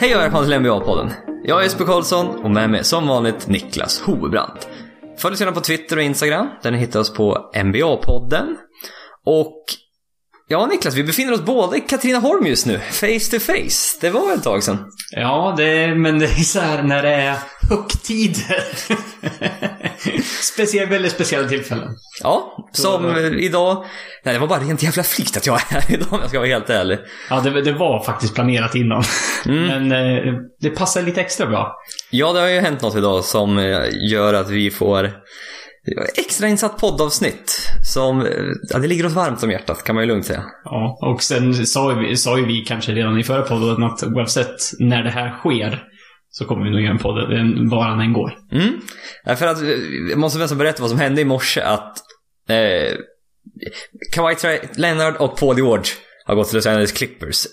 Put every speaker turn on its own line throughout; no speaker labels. Hej och välkomna till NBA-podden. Jag är Jesper Karlsson och med mig är som vanligt Niklas Hovebrant. Följ oss gärna på Twitter och Instagram där ni hittar oss på NBA-podden. Och ja, Niklas, vi befinner oss båda i Katrineholm just nu, face to face. Det var ett tag sedan.
Ja, det, är- men det är så här när det är högtider. Speciell, väldigt speciella tillfällen.
Ja, som eh, idag. Nej, det var bara rent jävla flykt att jag är här idag om jag ska vara helt ärlig.
Ja, det, det var faktiskt planerat innan.
Mm.
Men eh, det passar lite extra bra.
Ja, det har ju hänt något idag som eh, gör att vi får extrainsatt poddavsnitt. Som, eh, ja, det ligger oss varmt om hjärtat kan man ju lugnt säga.
Ja, och sen sa ju vi, sa ju vi kanske redan i förra podden att oavsett när det här sker så kommer vi nog göra en podd en- var den än går.
Mm. Ja, För att, eh, jag måste nästan berätta vad som hände i morse att eh, Kawhi Tra- Leonard och Paul George har gått till Los Angeles Clippers.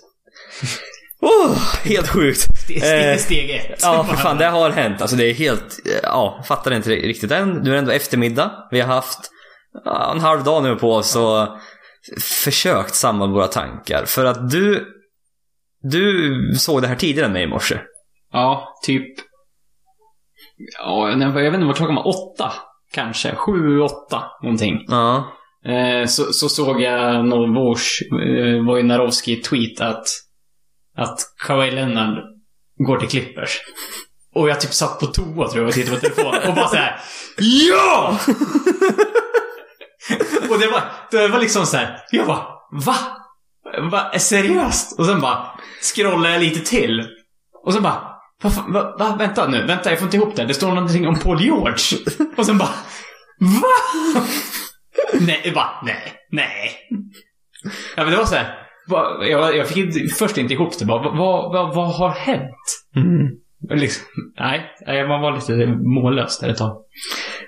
Oh, helt sjukt!
Steg,
Eh,
steg, steg ett.
Ja, för fan, det har hänt. Alltså det är helt, eh, ja, fattar inte riktigt än. Nu är det ändå eftermiddag. Vi har haft ja, en halv dag nu på oss och försökt samla våra tankar. För att du, du såg det här tidigare än mig i morse.
Ja, typ... Ja, jag vet inte vad klockan var. Åtta, kanske. Sju, åtta, någonting.
Ja.
Eh, så, så såg jag någon vårs eh, Wojnarowski tweet att, att Kawhi Leonard går till Clippers. Och jag typ satt på toa tror jag och tittade på telefonen och bara såhär JA! och det var, det var liksom såhär, jag bara VA? Va? Seriöst? Och sen bara scrollade jag lite till. Och sen bara va, fan, va, va, Vänta nu, vänta jag får inte ihop det. här. Det står någonting om Paul George. Och sen bara VA? Nej, va? Nej, nej. Ja, men det var så här. va- Jag, jag fick inte, först inte ihop det bara. Vad va, va, vad har hänt? Liksom, nej, nej, man var lite mållös där ett tag.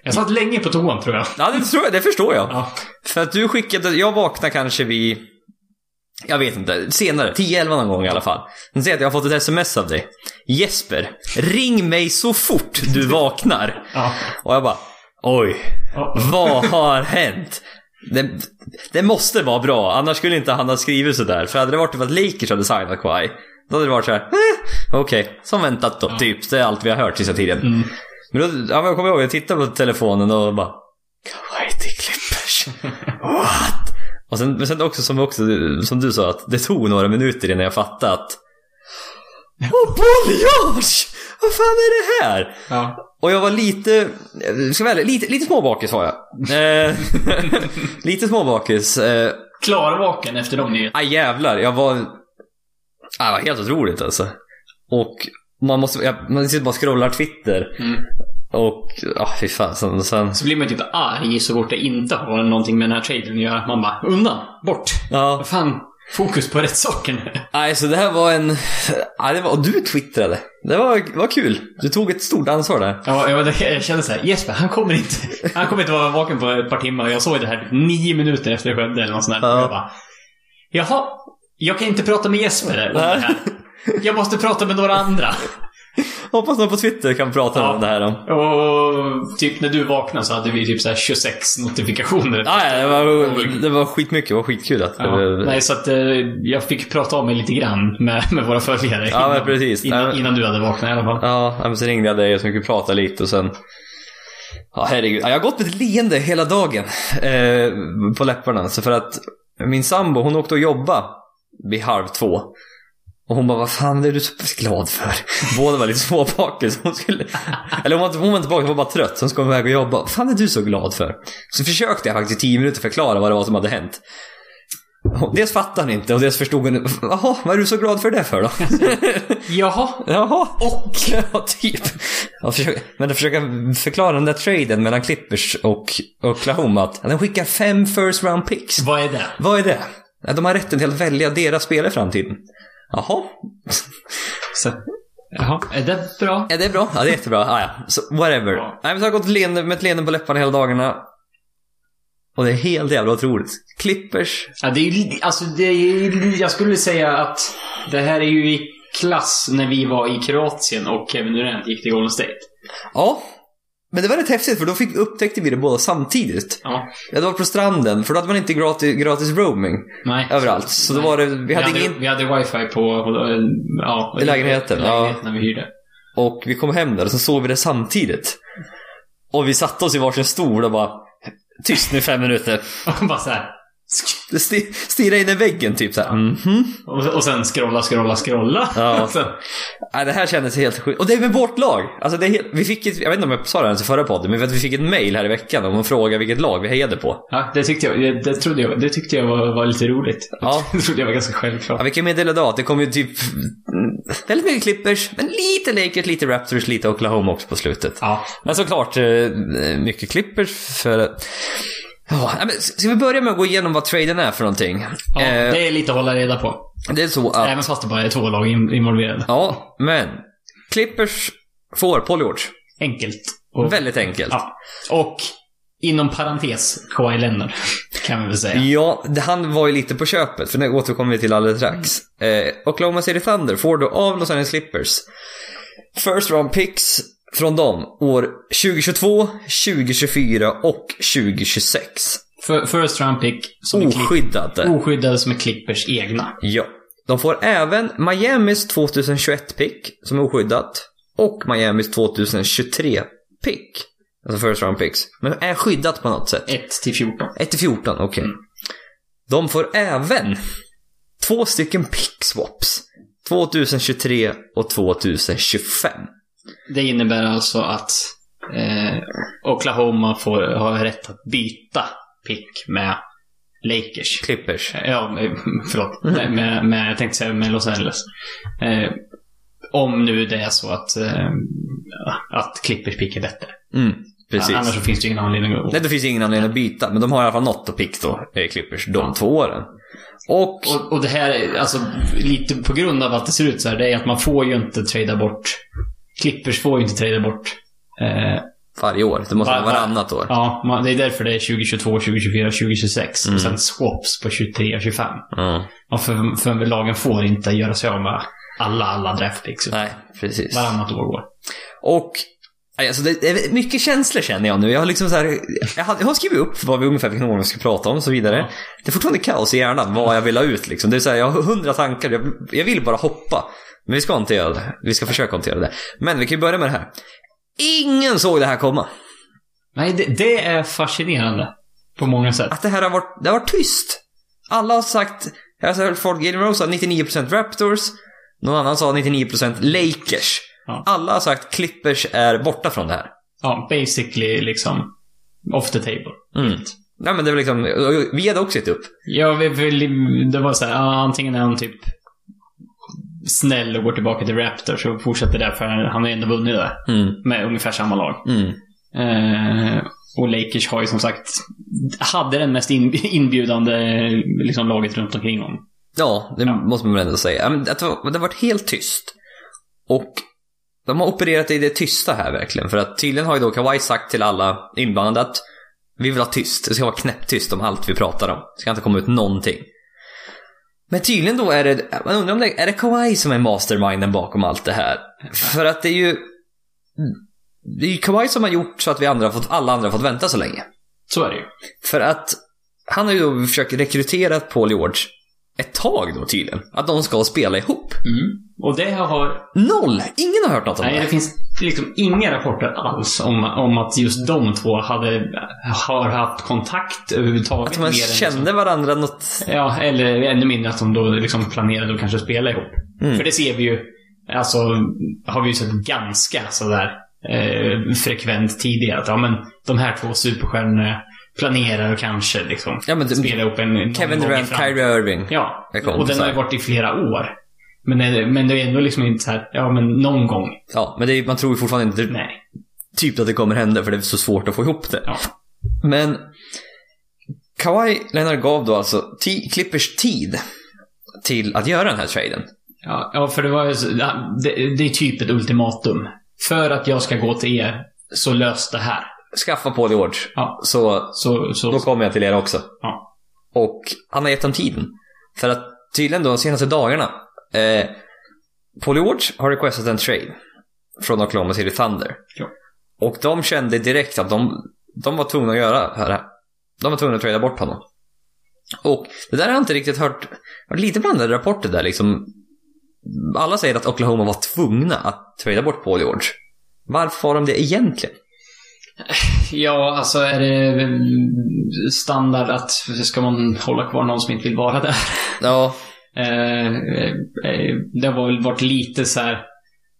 Jag satt länge på toan tror jag.
Ja, det, tror jag, det förstår jag.
Ja.
För att du skickade, jag vaknade kanske vid, jag vet inte, senare, 10-11 någon gång i alla fall. Sen ser jag att jag har fått ett sms av dig. Jesper, ring mig så fort du vaknar.
ja.
Och jag bara, oj,
ja.
Vad har hänt? Det, det måste vara bra, annars skulle inte han ha skrivit sådär. För hade det varit typ att Lakers hade signat Kawhi, då hade det varit såhär, eh, okej, som väntat då, typ. Det är allt vi har hört sista tiden.
Mm.
Men då, ja, men jag kommer ihåg, jag tittade på telefonen och bara, Kawhi till Clippers. What? Och sen, men sen också, som, också, som du sa, att det tog några minuter innan jag fattade att, Åh, Paul George! Vad fan är det här?
ja.
Och jag var lite, eh, ska jag vara ärlig, lite, lite småbakis var jag. Eh, lite småbakis. Eh,
Klarvaken efter de nyheterna.
aj jävlar, jag var... Ah, det var helt otroligt alltså. Och man måste, jag, man sitter bara och scrollar Twitter.
Mm.
Och, ja fy fan. Sen, sen,
Så blir man typ arg så fort det inte har någonting med den här traden att göra. Man bara, undan, bort.
ja.
Vad fan, fokus på rätt saker nu.
Nej, så det här var en... Ja, det var, och du twittrade. Det var, var kul. Du tog ett stort ansvar där.
Ja, jag, var- jag kände såhär, Jesper han kommer inte, han kommer inte vara vaken på ett par timmar. Jag såg det här typ nio minuter efter det skedde eller något sånt där.
Ja.
Jag bara, Jaha, jag kan inte prata med Jesper om det här. Jag måste prata med några andra.
Hoppas någon på Twitter kan prata
Ja.
om det här. Om.
Och typ när du vaknade så hade vi typ så här 26 notifikationer.
Ja, ja, det, var, det var skitmycket. Det var skitkul att...
Ja, nej, så att eh, jag fick prata om mig lite grann med, med våra följare.
Ja, men precis. Nej, men-
Innan, innan du hade vaknat i alla fall.
Ja, men sen ringde jag dig och så fick vi prata lite och sen... Ja, herregud. Ja, Jag har gått med ett leende hela dagen eh, på läpparna. Så för att min sambo, hon åkte och jobba vid halv två. Och hon bara, vad fan är du så glad för? Båda var lite småbakis. Hon skulle... Eller hon var, inte- hon var inte bakis, hon var bara trött. Så hon skulle iväg och jobba. Vad fan är du så glad för? Så försökte jag faktiskt i tio minuter förklara vad det var som hade hänt. Och Dels fattade hon inte och dels förstod hon Jaha, vad är du så glad för det för då?
Jaha.
Jaha. Och? Ja, typ. Jag försöker, men att försöka förklara den där traden mellan Clippers och Oklahoma. Att de skickar fem first round picks.
Vad är det?
Vad är det? Ja, De har rätten till att välja deras spelare i framtiden. Jaha.
Så, jaha, är det bra?
Ja, det är bra. Ja, det är jättebra. Ah, ja. Så, whatever.
Ja.
Nej, men så har jag gått leende, med ett leende på läpparna hela dagarna. Och det är helt jävla otroligt. Clippers.
Ja, det är ju, alltså det är ju, jag skulle säga att det här är ju i klass när vi var i Kroatien och Kevin Durant gick till Golden State.
Ja. Men det var rätt häftigt för då fick, upptäckte vi det båda samtidigt.
Ja.
Jag var på stranden, för då hade man inte gratis, gratis roaming
Nej.
överallt. Så då
Nej.
var det, vi hade ingen...
vi hade wifi på ja,
I lägenheten,
i
ja.
lägenheten när vi hyrde.
Och vi kom hem där och så såg vi det samtidigt. Och vi satte oss i varsin stol och bara Tyst nu fem minuter.
Och bara såhär. sk-
Sti- Stirra in i väggen typ såhär. Mhm.
Och, och sen scrolla, scrolla, scrolla.
Ja.
Sen-
Nej, det här kändes helt sjukt. Och det är med vårt lag. Alltså, det är helt... vi fick ett... Jag vet inte om jag sa det här ens i förra podden, men vi- vi fick ett mail här i veckan om att fråga vilket lag vi hejade på.
ja, det tyckte jag, det, det trodde jag, det tyckte jag var, var lite roligt.
Ja.
Det trodde jag var ganska självklart.
Ja, vi kan meddela idag att det kommer ju typ mm, väldigt mycket Clippers, men lite Lakers, lite Raptors, lite Oklahoma också på slutet.
Ja.
Men såklart eh, mycket Clippers för... Ja, nej, men ska vi börja med att gå igenom vad traden är för någonting?
ja
Eh,
det är lite att hålla reda på.
Det är så att...
Även fast det bara är två lag in- involverade.
Ja, men. Clippers får Paul George.
Enkelt. Och,
Väldigt enkelt.
ja. och inom parentes, Kawhi Leonard. Kan vi väl säga.
Ja, det- han var ju lite på köpet, för det återkommer vi till alldeles strax. Eh, Oklahoma City Thunder får då av Los Angeles Clippers. First round picks från dem år 2022, 2024 och 2026.
För, first round pick som är klipp,
Oskyddade.
oskyddade som är Clippers egna.
Ja. De får även Miamis 2021-pick, som är oskyddat. Och Miamis 2023-pick. Alltså first round picks. Men är skyddat på något sätt.
1 till 14.
1 till 14, okej. De får även två stycken pick swaps. 2023 och 2025.
Det innebär alltså att eh, Oklahoma får, har rätt att byta pick med Lakers. Eh,
Clippers.
Ja, med- förlåt. Nej, Med, med, jag tänkte säga med Los Angeles. Eh, om nu det är så att, eh, att Clippers pick är bättre.
Mm, precis.
Annars så finns det ju ingen anledning att...
Nej, det finns ingen anledning att byta, men de har i alla fall något att pick då, eh, Clippers, de två åren. Och...
Och, och det här, är, alltså lite på grund av att det ser ut så här, det är att man får ju inte trada bort... Clippers får ju inte trada bort. Eh,
Varje år. Det måste vara
Var- var-
varannat år.
Ja, man, det är därför det är 2022, 2024, 2026. Och sen swaps på 23 och 25.
Ja.
Och för, för lagen får inte göra sig av med alla, alla draftpicks.
Nej, precis.
Varannat år går.
Och nej, alltså det är mycket känslor känner jag nu. Jag har, liksom så här, jag har, jag har skrivit upp vad vi ungefär vilken ordning vi ska prata om och så vidare.
Ja.
Det är fortfarande kaos i hjärnan vad jag vill ha ut. Liksom. Det är så här, jag har hundra tankar. Jag, jag vill bara hoppa. Men vi ska inte göra det. Vi ska försöka inte göra det. Men vi kan ju börja med det här. Ingen såg det här komma.
Nej, det, det är fascinerande. På många sätt.
Att det här har varit, det har varit tyst. Alla har sagt, jag har hört folk, Gilmore Rose sa 99% Raptors. Någon annan sa 99% Lakers.
Ja.
Alla har sagt Clippers är borta från det här.
Ja, basically liksom off the table.
Mm. Nej men det var liksom, vi hade också gett upp.
Ja, vi, vi, det var så här, ja, antingen är han typ snäll och går tillbaka till Raptors och fortsätter där, för han har ju ändå vunnit det.
Mm.
Med ungefär samma lag.
Mm.
Eh, och Lakers har ju som sagt, hade den mest in, inbjudande eh, liksom, laget runt omkring honom.
Ja, det måste man väl ändå säga. Ja, men Att det, var, det har varit helt tyst. Och de har opererat i det tysta här verkligen. För att tydligen har ju då Kawhi sagt till alla inblandade att vi vill ha tyst. Det ska vara knäpptyst om allt vi pratar om. Det ska inte komma ut någonting. Men tydligen då är det, man undrar om det är det Kawhi som är masterminden bakom allt det här. För att det är ju, det är ju Kawhi som har gjort så att vi andra har fått, alla andra har fått vänta så länge.
Så är det ju.
För att han har ju då försökt rekrytera Paul George ett tag då tydligen. Att de ska spela ihop.
Och det har...
Noll! Ingen har hört något om
Nej, det
det.
finns liksom inga rapporter alls om, om att just de två hade, har haft kontakt överhuvudtaget.
Att man
mer än- liksom
kände varandra något...
Ja, eller ännu mindre att de då liksom planerade att kanske spela ihop.
Mm.
För det ser vi ju, alltså, har vi ju sett ganska sådär eh, frekvent tidigare. Att ja, men de här två superstjärnorna planerar och kanske liksom
Ja, men det-
spela ihop en... någon
Kevin
gång i
Durant,
framtiden.
Kyrie Irving.
Ja,
Jag kommer
och
inte
den har ju
säga.
varit i flera år. Men det, men det är ändå liksom inte såhär, ja men någon gång.
Ja, men det är, man tror ju fortfarande inte
Nej.
typ att det kommer hända för det är så svårt att få ihop det.
Ja.
Men Kawhi Leonard gav då alltså ti- Clippers tid till att göra den här traden.
Ja, ja, för det var ju så, ja, det, det är typ ett ultimatum. För att jag ska gå till er, så lös det här.
Skaffa Paul George.
Ja.
Så
Så,
Då
så,
kommer jag till er också.
Ja.
Och han har gett dem tiden. För att tydligen då de senaste dagarna. Eh, Paul George har requestat en trade. Från Oklahoma City Thunder.
Ja.
Och de kände direkt att de, de var tvungna att göra det här. De var tvungna att trada bort honom. Och det där har jag inte riktigt hört. Det var lite blandade rapporter där liksom. Alla säger att Oklahoma var tvungna att trada bort Paul George. Varför var de det egentligen?
Ja, alltså är det eh, standard att ska man hålla kvar någon som inte vill vara där?
Ja,
Eh, eh, eh, det har väl varit lite så här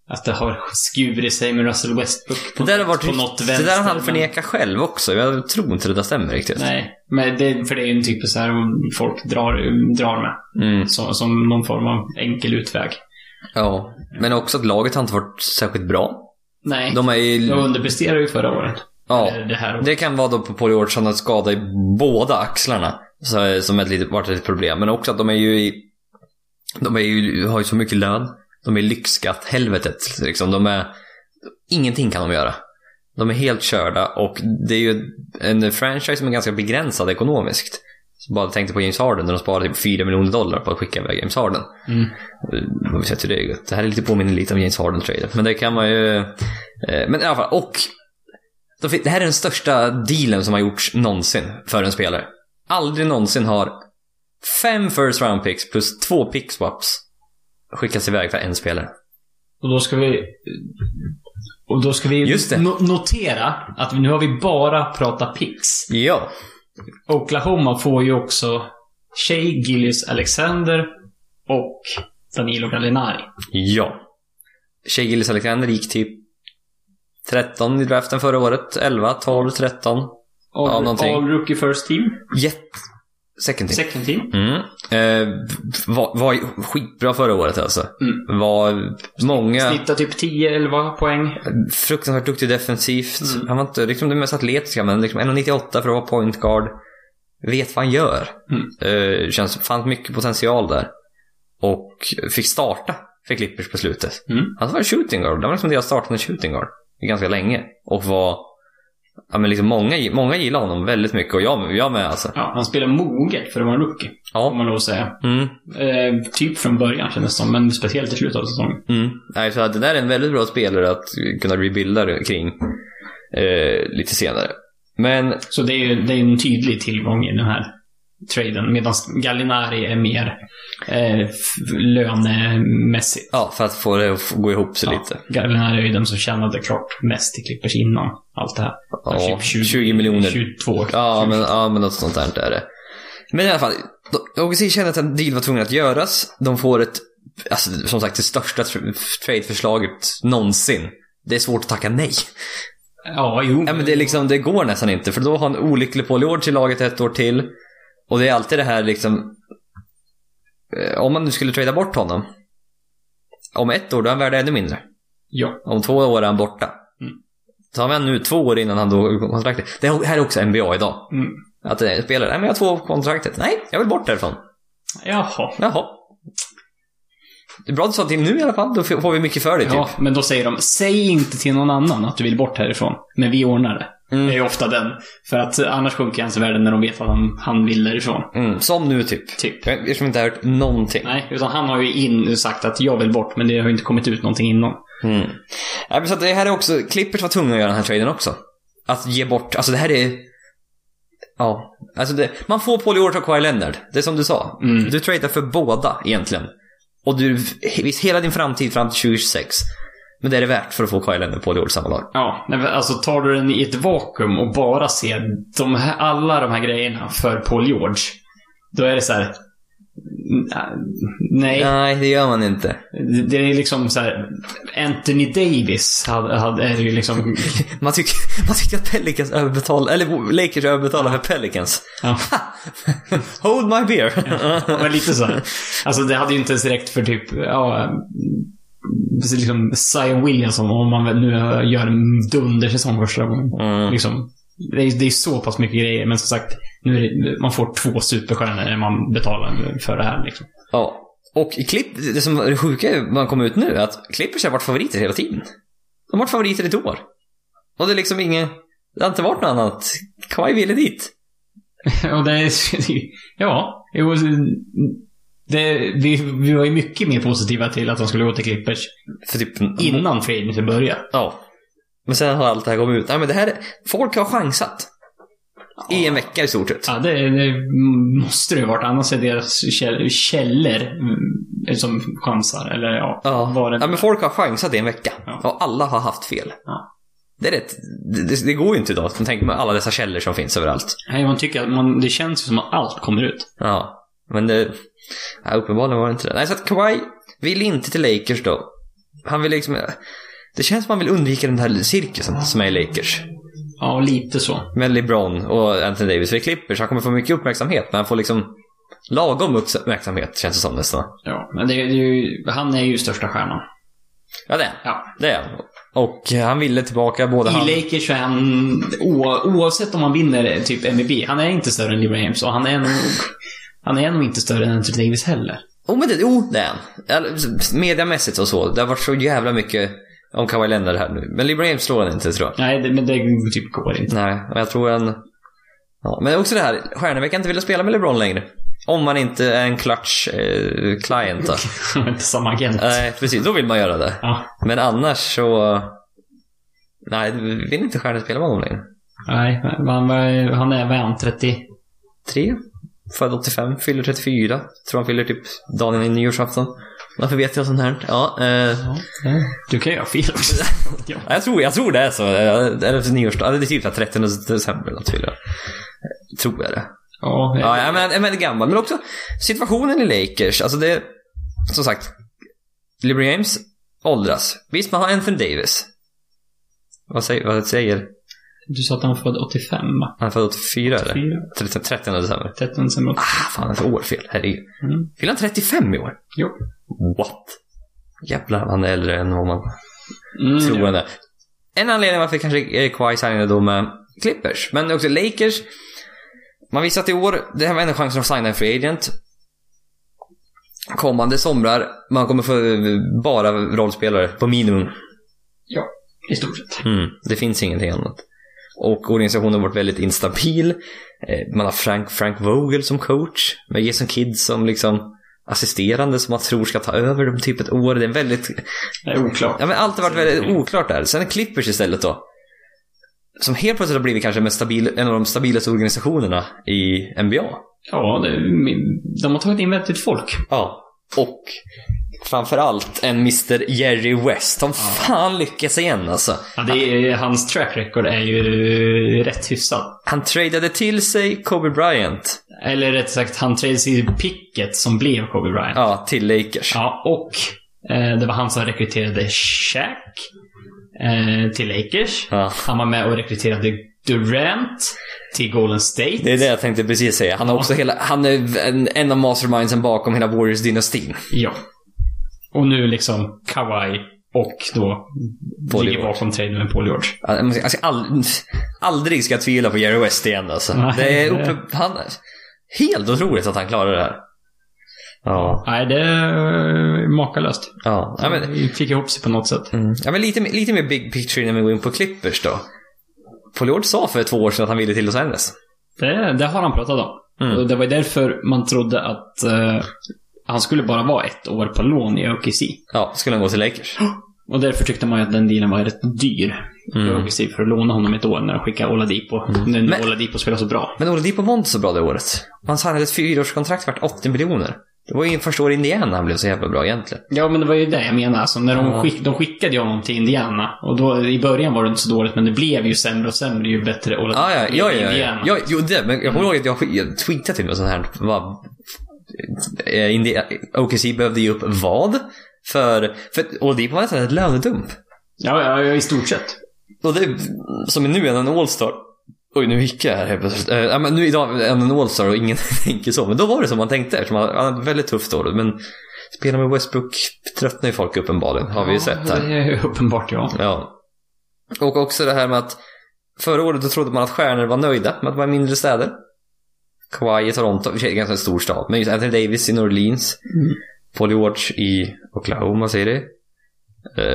att det har skurit sig med Russell Westbrook på,
det där har varit
på något
Det
vänster.
där har han
men-
förnekat själv också. Jag tror inte det där stämmer riktigt.
Nej, men det, för det är ju en typ av så här folk drar, drar med.
Mm,
Som, som någon form av enkel utväg.
ja. Men också att laget har inte varit särskilt bra.
Nej, de,
De är ju...
underpresterade ju förra året.
Ja.
Eller Det här året.
Det kan vara då på Paul George som har skada i båda axlarna. Så, som ett litet, varit ett litet problem. Men också att de är ju i... De är ju, har ju så mycket lön. De är lyxskatt, helvetet liksom. De är... Ingenting kan de göra. De är helt körda och det är ju en franchise som är ganska begränsad ekonomiskt. Så bara tänkte på James Harden när de sparade typ 4 miljoner dollar på att skicka iväg James Harden.
Mm.
Eh, och vi sett hur det gått. Det här är lite påminner lite om James Harden trader. Men det kan man ju... eh, Men i alla fall, och... då fick- Det här är den största dealen som har gjorts någonsin för en spelare. Aldrig någonsin har fem first round picks plus två pick swaps skickats iväg för en spelare.
Och då ska vi... Och då ska vi
Just det.
no- notera att nu har vi bara pratat picks.
Ja.
Oklahoma får ju också Shea Gillis Alexander och Danilo Gallinari.
Ja. Shea Gillis Alexander gick typ 13 i draften förra året. 11, 12, 13.
All,
Ja, någonting.
all rookie first team.
Jätt... Second team.
Second team.
Mm. Eh, var, var ju skitbra förra året alltså.
Mm.
Var många...
Snittar typ 10-11 poäng.
Fruktansvärt duktig defensivt.
Mm.
Han var inte liksom den mest atletiska, men liksom 1,98 för att vara point guard. Vet vad han gör.
Mm.
Eh, känns, fanns mycket potential där. Och fick starta för Clippers på slutet.
Mm.
Han var en shooting guard. Det var liksom deras startande shooting guard. i Ganska länge. Och var... Ja, men liksom många, många gillade honom väldigt mycket och jag, jag med alltså.
Ja, han spelar moget för att vara en rookie, får
Ja.
man lov att säga.
Mm.
Eh, typ från början kändes det som, men speciellt i slutet av säsongen.
Mm. Nej, så att det där är en väldigt bra spelare att kunna rebuilda det kring eh, lite senare. Men
Så det är ju det är en tydlig tillgång i den här traden. Medan Gallinari är mer eh, f- lönemässigt.
ja, för att få det att f- gå ihop sig
Ja,
lite.
Gallinari är ju den som tjänade klart mest i Clippers innan allt det här.
Ja,
Typ
20, miljoner.
22 år.
Ja, men, ja, men något sånt där är det. Men i alla fall, OKC känner att en deal var tvungen att göras. De får ett, alltså, som sagt, det största tr- trade-förslaget någonsin. Det är svårt att tacka nej.
Ja, jo.
Ja, men det, är liksom, det går nästan inte, för då har han olycklig Paul George i laget ett år till. Och det är alltid det här liksom... eh, Om man nu skulle trada bort honom. Om ett år, då är han värd ännu mindre.
Ja.
Om två år är han borta.
Mm.
Tar vi han nu två år innan han då går kontraktet. Det här är också NBA idag.
Mm.
Att det är en spelare, nej men jag har två år på kontraktet. Nej, jag vill bort därifrån.
Jaha.
Jaha. Det är bra att du sa till nu i alla fall, då får vi mycket för det typ.
Ja, men då säger de, säg inte till någon annan att du vill bort härifrån. Men vi ordnar det.
Mm.
Det är ju ofta den. För att annars sjunker hans värde när de vet vad han, han vill därifrån.
Mm, som nu typ.
Typ.
Jag jag som inte har hört någonting.
Nej, utan han har ju in, sagt att jag vill bort, men det har ju inte kommit ut någonting innan.
Mm. Ja, men så att det här är också, Clippers var tvungna att göra den här traden också. Att ge bort, alltså det här är... Ja. Alltså det, man får Paul George och Kawhi Leonard. Det är som du sa.
Mm.
Du tradar för båda egentligen. Och du, visst, hela din framtid fram till 2026. Men det är det värt för att få Kawhi Leonard och Paul George i samma lag.
Ja, nej, men alltså tar du den i ett vakuum och bara ser de här, alla de här grejerna för Paul George. Då är det så här. Nej,
Nej, det gör man inte.
Det- Det är liksom så här, Anthony Davis hade, hade, är ju liksom...
Man tycker, man tycker att Pelicans överbetalar, eller Lakers överbetalar för Pelicans.
Ja,
Hold my beer.
men lite så här. Alltså det hade ju inte ens räckt för typ, ja... precis Liksom Zion Williamson om man väl nu gör en dundersäsong första gången.
Mm.
Liksom, det, är, det är så pass mycket grejer, men som sagt. Nu är det, man får två superstjärnor när man betalar för det här liksom.
Ja. Och i klipp, det som är det sjuka man kom ut nu är att Clippers har varit favoriter hela tiden. De har varit favoriter i ett år. Och det är liksom ingen... Det har inte varit något annat. Kawhi ville dit.
Och det är... Ja. Jo, det, vi, vi var ju mycket mer positiva till att de skulle gå till Clippers
För typ...
innan freden började.
Ja. Men sen har allt det här kommit ut. Nej, men det här, folk har chansat. I en vecka i stort sett.
Ja, det, det måste det ju varit. Annars är deras käll- källor mm, som chansar. Eller ja,
Ja.
var det
ja, men folk har chansat i en vecka.
Ja.
Och alla har haft fel.
Ja.
Det, är rätt, det- det, det går ju inte idag. Tänk med alla dessa källor som finns överallt.
Nej, man tycker att man, det känns ju som att allt kommer ut.
Ja, men det... Ja, uppenbarligen var det inte det. Nej, så att Kawhi vill inte till Lakers då. Han vill liksom... Det känns som han vill undvika den här cirkusen som är i Lakers.
Ja, lite så.
Med LeBron och Anthony Davis. För det klipper så han kommer få mycket uppmärksamhet. Men han får liksom lagom uppmärksamhet känns det som nästan.
Ja, men det, det är ju, han är ju största stjärnan.
Ja, det är han.
Ja.
Det är han. Och eh, han ville tillbaka både han...
I Lakers så är han, o- oavsett om han vinner typ MVP, han är inte större än LeBron James och han är nog, han är nog inte större än Anthony Davis heller.
Oh, men det, jo, det är han. Eller, Mediamässigt och så. Det har varit så jävla mycket om Kawhi Leonard här nu. Men LeBron James slår han inte tror jag.
Nej, det, men det typ går inte.
Nej, och jag tror en... Ja, men också det här, Stjärneveckan verkar inte vilja spela med LeBron längre. Om man inte är en clutch eh, client då.
Han är inte samma agent.
Nej, precis. Då vill man göra det.
Ja.
Men annars så... Nej, vill inte Stjärnor spela med honom längre.
Nej, men han, var- han är, vad är han, 30?
Tre? Född 85, fyller 34. Tror han fyller typ dagen innan nyårsafton. Varför vet jag sånt här? Ja, eh...
Du kan ju ha fel också. ja.
Ja, Jag tror, jag tror det är så. Eh, Eller för nyårsdagen. Det är typ så här 13 december eller något, fyller han. Tror jag det.
Ja, eh,
Ja, ja men, men det är gammal. Men också situationen i Lakers. Alltså det, som sagt, LeBron James åldras. Visst, man har Anthony Davis. Vad säger, vad säger
Du sa att han var född 85, va?
han? är född 84 eller?
4,
13, 13 december.
13 december.
Ah, fan, han får år fel. Herregud.
Mm.
Fyller han 35 i år?
Jo.
What? Jävlar, han är äldre än vad man
Mm,
tror han är. En anledning varför kanske eh, Kawhi signade då med Clippers, men också Lakers. Man visste att i år, det här var enda chansen att signa en free agent. Kommande somrar, man kommer få eh, bara rollspelare på minimum.
I stort sett.
Mm, det finns ingenting annat. Och organisationen har varit väldigt instabil. Eh, Man har Frank, Frank Vogel som coach, med Jason Kidd som liksom assisterande som man tror ska ta över om typ ett år. Det är en väldigt
Det är oklart.
Ja, men allt har varit väldigt oklart där. Sen är Clippers istället då. Som helt plötsligt har blivit kanske den mest stabil, en av de stabilaste organisationerna i NBA.
Ja, det, de har tagit in vettigt folk.
Ja. Och framförallt en Mr Jerry West. Som fan lyckas igen alltså.
Ja, det är, hans track record är ju rätt hyfsat.
Han tradeade till sig Kobe Bryant.
Eller rätt sagt, han trades i picket som blev Kobe Bryant. Ja.
Ja, till Lakers.
och eh, det var han som rekryterade Shaq eh, till Lakers.
Ja.
Han var med och rekryterade Durant till Golden State.
Det är det jag tänkte precis säga. Han, har också hela, han är en, en av mastermindsen bakom hela Warriors-dynastin.
Ja. Och nu liksom Kawhi och då
Paul
ligger
George.
bakom traden med Paul George.
Alltså, alltså, all, aldrig ska jag tvivla på Jerry West igen alltså.
Nej.
Det är uppe, han, helt otroligt att han klarar det här. Ja.
Nej, det är makalöst.
Ja, ja, men,
Det Fick ihop sig på något sätt.
mm. ja, men lite, lite mer big picture innan vi går in på Clippers då. Paul George sa för två år sedan att han ville till Los Angeles.
Det, det har han pratat om.
Mm.
Och det var ju därför man trodde att eh, han skulle bara vara ett år på lån i OKC.
Ja, skulle han gå till Lakers.
Och därför tyckte man ju att den dealen var rätt dyr. i
Mm.
OKC för att låna honom ett år när de skickade Oladipo. När
Men-
Oladipo spelar så bra.
Men Oladipo var inte så bra det året. Han signade ett fyraårskontrakt värt 80 miljoner. Det var ju första året i Indiana han blev så jävla bra egentligen.
Ja, men det var ju det jag menade. Alltså, när de,
Ja.
skick, de skickade ju honom till Indiana. Och då, i början var det inte så dåligt, men det blev ju sämre och sämre ju bättre Oladipo
Ah, ja,
blev
ja,
i
ja, ja.
Indiana. Mm.
ja jo, det, men jag kommer ihåg att jag, sk- jag tweetade till mig sånt här. Vad, eh, Indi- OKC behövde ge upp vad? För, för och det var nästan ett lönedump.
Ja, ja, ja, i stort sett.
Och det, som är nu är han en All-star. Oj, nu gick jag här helt plötsligt. Eh, ja, men nu idag är han en All-star och ingen tänker så. Men då var det som man tänkte. Eftersom han han hade ett väldigt tufft år. Men spela med Westbrook tröttnar ju folk uppenbarligen. Har vi ju sett här.
Det är uppenbart, ja.
Ja. Och också det här med att förra året då trodde man att stjärnor var nöjda med att vara i mindre städer. Kawhi i Toronto, i och för sig en ganska stor stad, men just Anthony Davis i New Orleans.
Mm.
Paul George i Oklahoma City. Uh,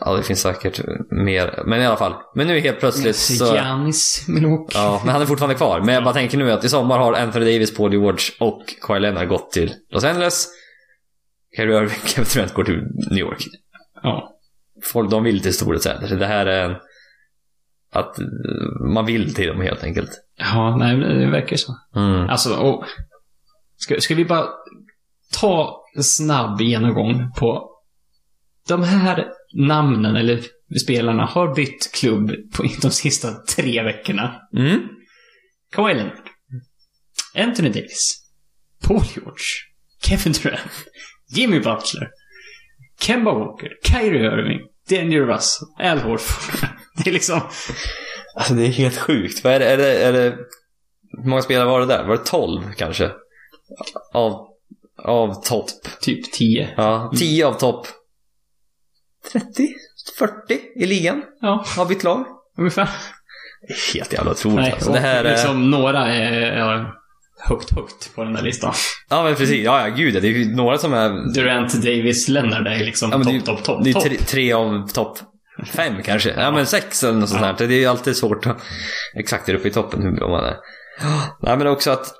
ja, det finns säkert mer, men i alla fall. Men nu helt plötsligt så...
Giannis Milok.
Ja, men han är fortfarande kvar. Men jag bara tänker nu att i sommar har Anthony Davis, Paul George och Kawhi Leonard gått till Los Angeles. Kyrie Irving, Kevin Durant går till New York
Ja.
folk, de vill till stora städer. Så Alltså, det här är en Att eh, man vill till dem helt enkelt.
Ja, nej, men det verkar ju så.
Mm.
Alltså, och, ska, ska vi bara ta en snabb genomgång på de här namnen, eller spelarna, har bytt klubb på de sista tre veckorna.
Mm.
Kawhi Leonard. Anthony Davis. Paul George. Kevin Durant. Jimmy Butler. Kemba Walker. Kyrie Irving. Daniel Russell. Al Horford. Det är liksom...
Alltså det är helt sjukt. Vad är det, är det, är det, hur många spelare var det där? Var det 12 kanske? Av, av topp.
Typ 10.
Ja, 10 av topp. 30? 40 i ligan
Ja,
har bytt lag.
ungefär.
Helt jävla otroligt
Nej,
alltså.
och
Det här är...
liksom några är, är högt, högt på den där listan.
Ja men precis, ja ja gud ja, det är ju några som är...
Durant, Davis, Leonard är liksom
Ja, men det är ju-
topp, topp, topp.
Det är
topp.
tre, tre av topp fem kanske. Ja men sex eller något sånt här. Det är ju alltid svårt att exakt är uppe i toppen hur bra man är. Nej men också att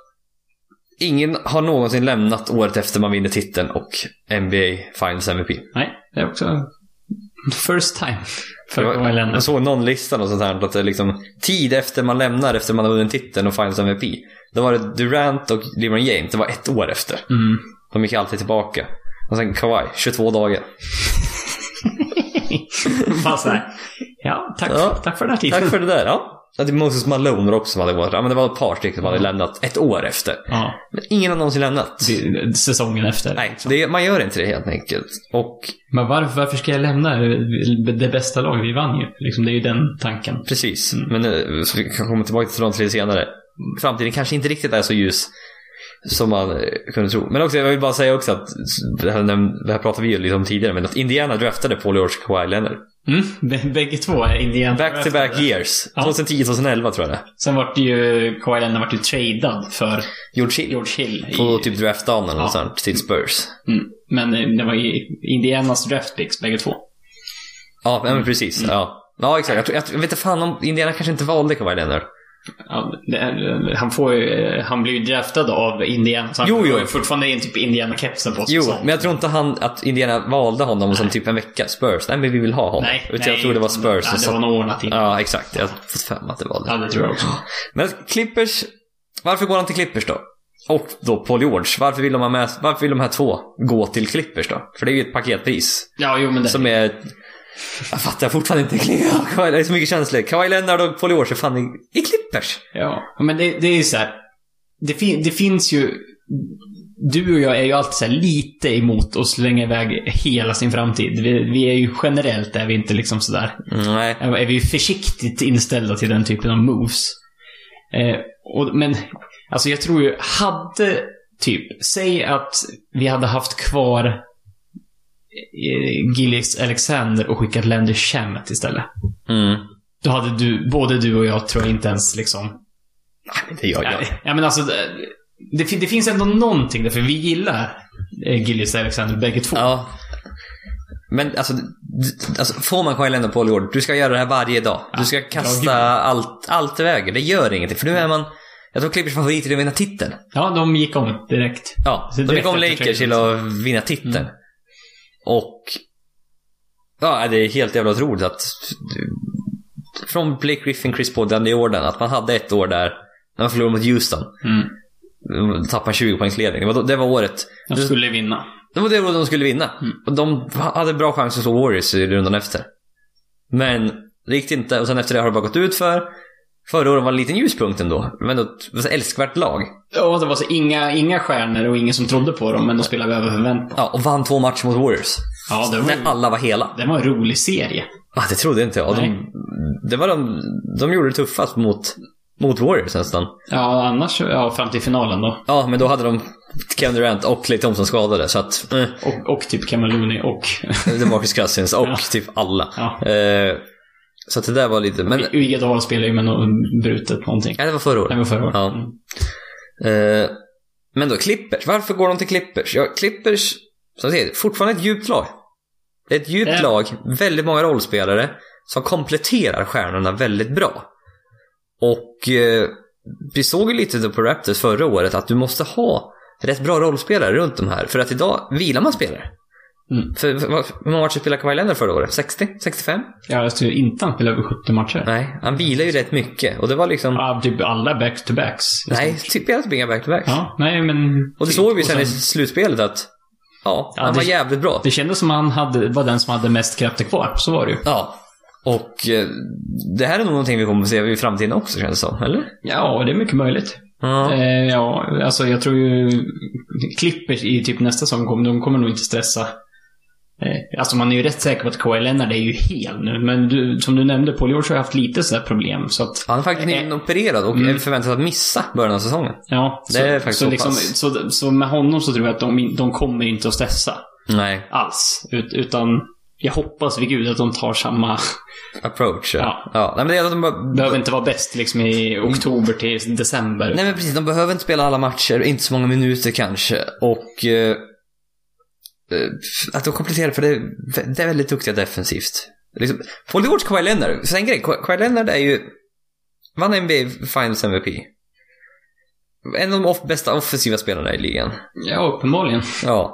ingen har någonsin lämnat året efter man vinner titeln och NBA Finals MVP.
Nej, det är också first time för
Jag-
Kawhi Leonard.
Jag såg någon lista och sånt här att det är liksom tid efter man lämnar efter man har vunnit titeln och Finals MVP. Då var det Durant och LeBron James. Det var ett år efter.
Mm.
De gick alltid tillbaka. Och sen Kawhi, 22 dagar.
Bara så här. Ja, tack,
Ja.
För, tack för den här tiden.
Tack för det där. Ja. Ja, Det är Moses Malone var det också som hade varit. Ja, men det var ett par stycken som hade lämnat ett år efter.
Ja,
Men ingen har någonsin lämnat.
det- det- säsongen efter.
Nej, det, man gör inte det helt enkelt. Och
Men varför, varför ska jag lämna det bästa laget? Vi vann ju. Liksom, det är ju den tanken.
precis,
Mm.
men eh, så vi kan komma tillbaka till de tre senare. Framtiden kanske inte riktigt är så ljus som man eh, kunde tro. Men också, jag vill bara säga också att det här, det här pratade vi ju lite om tidigare, men att Indiana draftade Paul George Kawhi Leonard.
Mm. B- bägge två är indianer.
Back to back years.
Ja.
2010-2011 tror jag det
Sen vart ju Kawhi Leonard vart ju tradad för
George Hill.
George Hill. i-
På typ draftdagen eller
Ja.
något sånt, till Spurs.
Mm. Men eh, det var ju Indianas draft picks bägge två.
Ja, men precis.
Mm.
Ja. Ja, exakt. Jag, tror, jag, tror- jag vet inte fan om Indiana kanske inte valde Kawhi Leonard.
Ja, det är, han, får ju, eh, han blir ju draftad av Indiana. Så han
Jo,
får
jo.
ju fortfarande är typ Indiana-kepsen på sig.
Jo,
så.
men jag tror inte han, att Indiana valde honom som typ en vecka. Spurs. Nej, men vi vill ha honom.
nej,
Utan
nej,
jag tror det var Spurs. som
Ja, det var
satt-
nog ordnat in. Ja.
ja, exakt. Jag har fått fem att det var det.
det tror jag också.
Men Clippers. Varför går han till Clippers då? Och då Paul George. Varför vill de, ha med, varför vill de här två gå till Clippers då? För det är ju ett paketpris.
Ja, jo men det.
Som är... Jag fattar fortfarande inte. Kawhi- Det är så mycket känslor. Kawhi Leonard och Paul George är fan i, i Clippers.
Ja, men det, det är ju så här. Det, fin, det finns ju... Du och jag är ju alltid så här lite emot att slänga iväg hela sin framtid. Vi, vi är ju generellt är vi inte liksom sådär...
Nej.
Är är vi ju försiktigt inställda till den typen av moves. Eh, och, men, alltså jag tror ju, hade typ, säg att vi hade haft kvar eh, Gillis Alexander och skickat Lender Shamet istället.
Mm.
Då hade du, både du och jag tror jag inte ens liksom
Nej, det gör jag.
Ja, ja men alltså, det, det, fin- det finns ändå någonting där, för vi gillar eh, Gillis och Alexander bägge två.
Ja. Men alltså, d- alltså får man Kyle Leonard på Paul George, du ska göra det här varje dag. Du ska kasta
ja,
allt, allt iväg. Det gör ingenting, för nu är man... Jag tror Clippers favorit är att vinna titeln.
Ja, de gick om direkt.
Ja,
Så
de
direkt
gick om
efter
Lakers till
traden,
att vinna titeln.
Mm.
Och... Ja, det är helt jävla otroligt att... Från Blake Griffin, Chris Paul, Danny Jordan, att man hade ett år där när man förlorade mot Houston.
Mm.
Tappade 20 poängs ledning. Det var, då- det var året.
De skulle vinna.
Det var det de skulle vinna.
Mm.
Och de hade bra chans att slå Warriors i rundan efter. Men det gick inte. Och sen efter det har det bara gått ut för Förra året var en liten ljuspunkt ändå. Men ändå ett ett älskvärt lag.
Ja, det var så inga, inga stjärnor och ingen som trodde på dem, men de spelade över förväntan.
Ja, och vann två matcher mot Warriors.
Ja, det var,
När alla var hela.
det var en rolig serie.
Ah, det trodde inte jag. Och
Nej.
De, det var de, de gjorde det tuffast mot, mot Warriors nästan.
Ja, annars, ja, fram till finalen då.
Ja, men då hade de Kevin Durant och Clay Thompson skadade. Så att, eh,
Och, och typ Camelooney och...
det var Marcus Cousins och
Ja.
typ alla.
Ja.
Eh, så att det där var lite... Men,
Iguodala spelade ju med något brutet någonting.
nej, det var förra året.
Det var förra året.
Ja.
Mm.
Eh, men då Clippers, varför går de till Clippers? Ja, Clippers, som jag säger, fortfarande ett djupt lag. Det är ett djupt
Ja.
lag, väldigt många rollspelare som kompletterar stjärnorna väldigt bra. Och eh, vi såg ju lite då på Raptors förra året att du måste ha rätt bra rollspelare runt de här. För att idag vilar man spelare.
Mm.
För, för, vad- hur många matcher spelade Kawhi Leonard förra året? 60? 65?
Ja, jag tror inte han spelar över 70 matcher.
Nej, han vilar ju rätt mycket. Och det var liksom...
Ja, typ alla back-to-backs.
nej, typ spelat typ inga back-to-backs.
Ja, nej men...
Och det såg vi sen i
Typ. sen-
slutspelet att... Ja,
Ja,
han
det-
var jävligt bra.
Det kändes som han hade, var den som hade mest krafter kvar. Så var det ju.
Ja. Och eh, det här är nog någonting vi kommer att se i framtiden också känns det som, eller?
Ja, det är mycket möjligt.
Ja.
Eh, ja, alltså jag tror ju... Klippers i typ nästa säsong, kommer- de kommer nog inte stressa. Eh, alltså man är ju rätt säker på att Kawhi Leonard är ju hel nu. Men du, som du nämnde, Paul George har ju haft lite sådär problem. Så att,
Han är faktiskt
Eh,
nyligen opererad och
mm.
är förväntas att missa början av säsongen.
ja.
Det
så,
är faktiskt
så,
så
liksom,
pass.
så, så med honom så tror jag att de, in- de kommer inte att stressa
Nej.
alls. Ut, utan jag hoppas vid gud att de tar samma...
Approach.
Ja.
Ja. ja. Nej, men det är att de bara...
Behöver inte vara bäst liksom i oktober till december.
Nej men precis, de behöver inte spela alla matcher, inte så många minuter kanske. Och eh, eh, att de kompletterar, för det är, det är väldigt duktiga defensivt. Liksom, Paul George, Kawhi Leonard. Sen grej, Ka- Kawhi Leonard är ju, vann NBA Finals MVP. En av de off- bästa offensiva spelarna i ligan.
Ja, uppenbarligen.
Ja,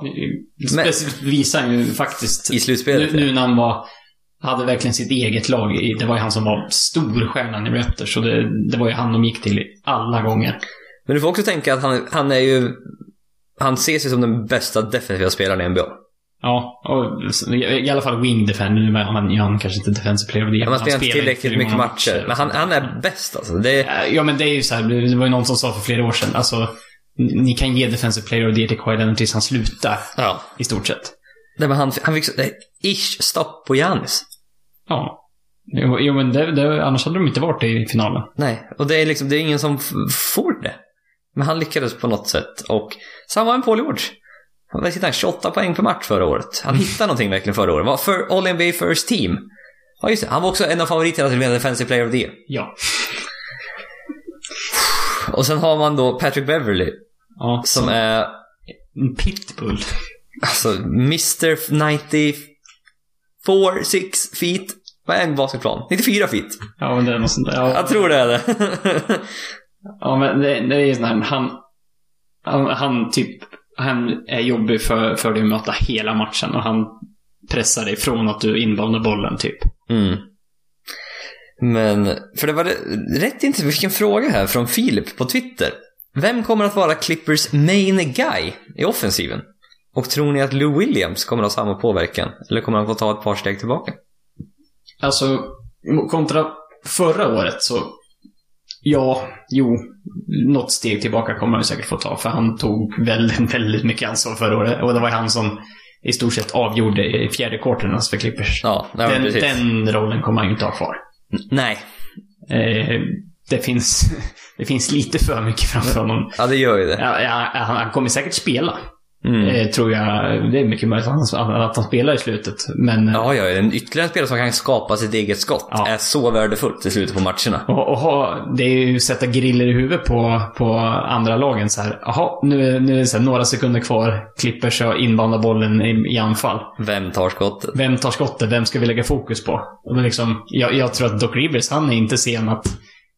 Men-
Specifikt visar han ju faktiskt.
i
Nu,
slutspelet.
nu när han var, hade verkligen sitt eget lag. i- Det var ju han som var storstjärnan i Raptors. Så det, det var ju han de gick till alla gånger.
Men du får också tänka att han, han är ju, han ses ju som den bästa defensiva spelaren i NBA.
Ja, och, så- i, i alla fall wing defender. Nu är han, ja, han kanske inte defensive player. men det-
Han har spelat
spelar
tillräckligt
inte
mycket
många Eh,
matcher. Men han, han är bäst alltså. Det är,
Ja, men det är ju så här. Det var ju någon som sa för flera år sedan. Alltså, ni kan ge defensive player och det till Kawhi Leonard tills han slutar.
ja.
I stort sett.
Nej, men han, han fick så- eh, ish stopp på Giannis.
Ja. Jo, jo men det, det, annars hade de inte varit i finalen.
Nej, och det är liksom, det är ingen som f- får det. Men han lyckades på något sätt. Och samma med Paul George. Han var- hittade 28 poäng per match förra året. Han hittade någonting verkligen förra året. Var för All NBA First Team. Ja, just det. Han var också en av favoriterna till att bli Defensive Player of the Year.
Ja.
Och sen har man då Patrick Beverly
ja
som är
En pitbull.
alltså Mr 94 6 feet. Vad är en basketplan? 94 feet.
Ja, men det är något sånt där. Ja,
Jag tror det är det.
ja men det, det är ju sån här, han, han, han typ, han är jobbig för, för dig att möta hela matchen och han pressar dig från att du inbanar bollen typ.
Mm. Men, för det var rätt intressant, vi fick en fråga här från Filip på Twitter. Vem kommer att vara Clippers main guy i offensiven? Och tror ni att Lou Williams kommer att ha samma påverkan? Eller kommer han få ta ett par steg tillbaka?
Alltså, kontra förra året så, ja, jo, något steg tillbaka kommer han ju säkert få ta. För han tog väldigt, väldigt mycket ansvar förra året. Och det var ju han som i stort sett avgjorde i fjärde kvarternas för Clippers.
Ja, nej, men
den,
precis.
den rollen kommer han ju inte ha kvar.
Nej,
Eh, det, finns, det finns lite för mycket framför honom.
ja det gör ju det.
Ja, ja, han, han kommer säkert spela,
Mm.
eh, tror jag. Det är mycket möjligt att han, att han spelar i slutet. Men,
Ja, ja, en ytterligare spelare som kan skapa sitt eget skott
Ja.
är så värdefullt i slutet på matcherna.
Och, och ha, det är ju att sätta griller i huvudet på, på andra lagen. Så här, jaha, nu, är- nu är det så här, några sekunder kvar. Klipper sig inbandar bollen i, i anfall.
Vem tar skottet?
Vem tar skottet? Vem ska vi lägga fokus på? Och Men liksom, jag, jag tror att Doc Rivers, han är inte sen att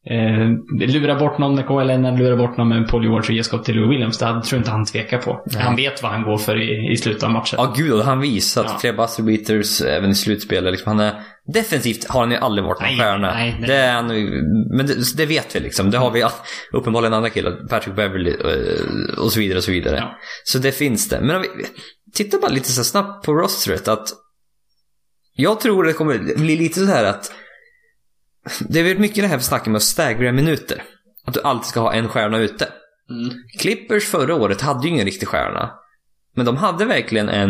eh, lura bort någon med KLN, lura bort någon med Paul George och ge skott till Lou Williams. Det hade- tror jag inte han tvekar på. Han vet vad han går för i, i slutet av matchen.
Ja, gud, och han visat
Ja.
flera buzzer beaters även i slutspelet. Liksom, han är, defensivt har han ju aldrig varit någon
Nej,
stjärna.
nej, nej.
Det är han, ju- men det, det vet vi liksom. Det har vi all- uppenbarligen andra killar, Patrick Beverly eh, och så vidare och så vidare.
Ja.
Så det finns det. Men om vi tittar bara lite så här snabbt på rostret att jag tror det kommer bli lite så här att det är väl mycket det här snacket med att staggra minuter. Att du alltid ska ha en stjärna ute.
Mm.
Clippers förra året hade ju ingen riktig stjärna. Men de hade verkligen en,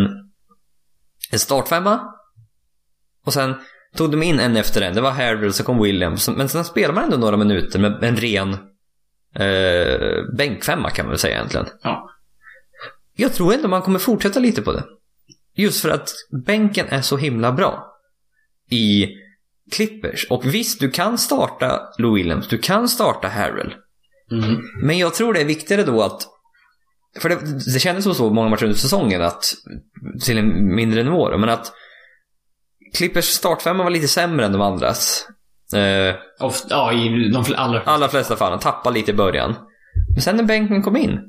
en startfemma. Och sen tog de in en efter en. Det var Harrell, så kom Williams. Som- Men sen spelade man ändå några minuter med en ren eh, bänkfemma kan man väl säga egentligen.
Ja.
Jag tror ändå man kommer fortsätta lite på det. Just för att bänken är så himla bra i Clippers. Och visst, du kan starta Lou Williams, du kan starta Harrell.
Mm.
Men jag tror det är viktigare då att... För det, det kändes som så många matcher under säsongen att... Till en mindre nivå då, men att... Clippers startfemma var lite sämre än de andras. Eh,
Ofta, ja, i de fl- allra
alla flesta fall. Han tappade lite i början. Men sen när bänken kom in,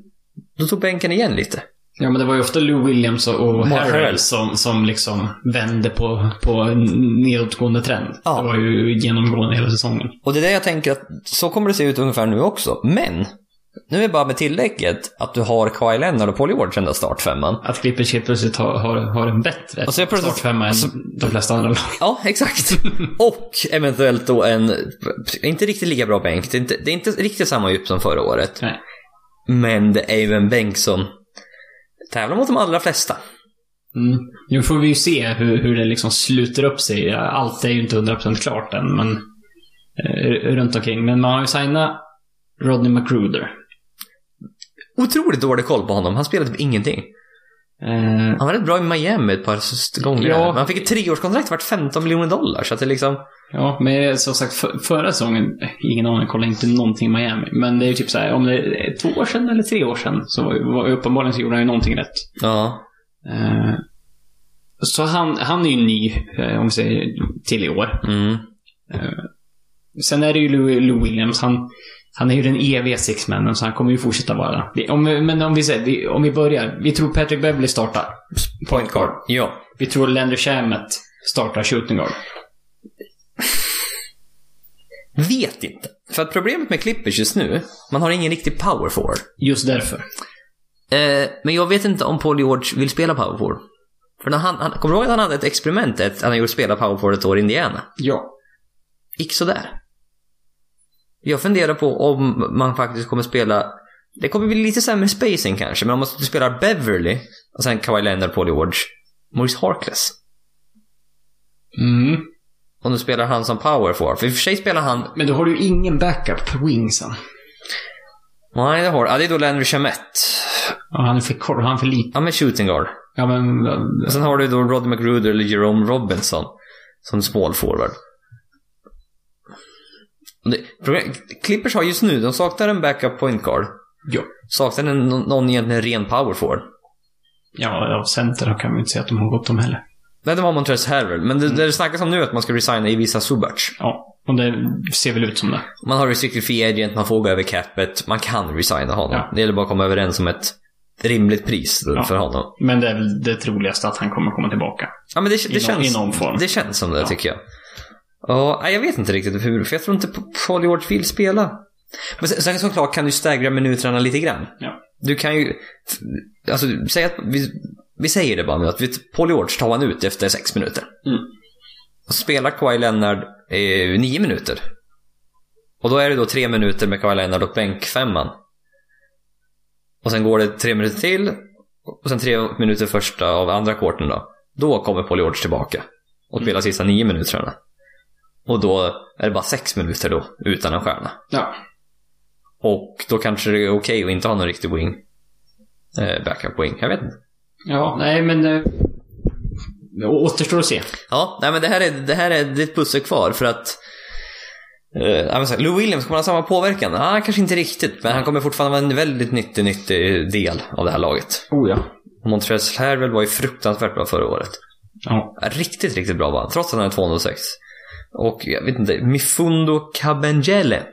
då tog bänken igen lite.
Ja, men det var ju ofta Lou Williams och, och
Mark
Harrell
Harrell.
som, som liksom vände på, på en nedåtgående trend.
Ja.
Det var ju genomgående hela säsongen.
Och det är det jag tänker att så kommer det se ut ungefär nu också. Men, nu är det bara med tillägget att du har Kawhi Leonard och Paul George ända startfemman.
Att Clippers helt plötsligt har, har, har en bättre
Och så är det plötsligt-
startfemma än
så-
de flesta andra lag.
Ja, exakt. Och eventuellt då en, inte riktigt lika bra bänk. Det är inte, det är inte riktigt samma djup som förra året.
Nej.
Men det är ju en bänk som tävlar mot de allra flesta.
Mm. Nu får vi ju se hur, hur det liksom sluter upp sig. Allt är ju inte 100% klart än, men eh, runt omkring. Men man har ju signat Rodney McGruder.
Otroligt dålig koll på honom. Han spelade typ ingenting.
Eh,
Han var rätt bra i Miami ett par s- gånger.
Ja.
Ja. Men han fick ett treårskontrakt värt 15 miljoner dollar. Så att det liksom...
Ja, men som sagt, för, förra säsongen, ingen aning, kollade inte någonting i Miami. Men det är ju typ så här, om det är två år sedan eller tre år sedan, så var, var, uppenbarligen så gjorde han ju någonting rätt.
Ja.
Eh, så han, han är ju ny, eh, om vi säger, till i år.
Mm.
Sen är det ju Lou, Lou Williams, han, han är ju den eviga sixmannen, så han kommer ju fortsätta vara. Vi, om, vi- men om vi, säger, vi, om vi börjar, vi tror Patrick Beverly startar.
Point guard. Ja.
Vi tror Landry Shamet startar shooting guard.
Vet inte. För att problemet med Clippers just nu, man har ingen riktig power forward.
Just därför.
Eh, men jag vet inte om Paul George vill spela power forward. För när han, han, kommer du ihåg att han hade ett experiment, ett, han gjorde spela power forward ett år i Indiana?
Ja.
Gick sådär. Jag funderar på om man faktiskt kommer spela, det kommer bli lite sämre spacing kanske, men om man spelar Beverly och sen Kawhi Leonard, Paul George, Maurice Harkless.
Mm.
Och nu spelar han som power forward. För i och för sig spelar han,
Men då har du ju ingen backup på wingsen.
nej det har ja, det är då Landry Chamette.
Ja, han är för kort, han är för liten.
Ja men shooting guard.
Ja, men...
Och sen har du då Roddy McGruder eller Jerome Robinson som small forward. Och Det, problem- Clippers har just nu, de saknar en backup point guard.
Ja.
Saknar en, någon någon egentligen ren power forward.
Ja, av center kan vi inte säga att de har gått om heller.
Nej, det var Montrezl Harrell, men det, det det snackas om nu är att man ska resigna Ivica Subac.
Ja, och det ser väl ut som det.
Man har restricted free agent, man får gå över capet, man kan resigna honom.
Ja.
Det gäller bara att komma överens om ett rimligt pris
Ja.
för honom.
Men det är väl det troligaste att han kommer komma tillbaka.
Ja, men det, det,
I någon-
känns,
i någon form.
det känns som det,
Ja.
tycker jag. Ja, nej, jag vet inte riktigt hur, för jag tror inte Paul George vill spela. Men sen, sen såklart kan du staggra minuterna lite grann.
Ja.
Du kan ju, alltså säg att, vi, vi säger det bara nu, att vi, Paul George tar man ut efter sex minuter.
Mm.
Och så spelar Kawhi Leonard eh, nio minuter. Och då är det då tre minuter med Kawhi Leonard och bänkfemman. Och sen går det tre minuter till. Och sen tre minuter första av andra kvarten då. Då kommer Paul George tillbaka. Och spelar sista nio minuterna. Och då är det bara sex minuter då, utan en stjärna.
Ja.
Och då kanske det är okej att inte ha någon riktig wing. Eh, backup wing, jag vet inte.
Ja, nej men... eh, Det återstår att se.
Ja, nej men det här är, det här är, det är ett pussel kvar för att eh, ja, men så här, Lou Williams, kommer han ha samma påverkan? Ah, kanske inte riktigt, men han kommer fortfarande vara en väldigt nyttig, nyttig del av det här laget.
Oh ja.
Och Montrezl Harrell var ju fruktansvärt bra förra året.
Ja.
Riktigt, riktigt bra var han, trots att han är 206. Och jag vet inte, Mifundo Cabangele,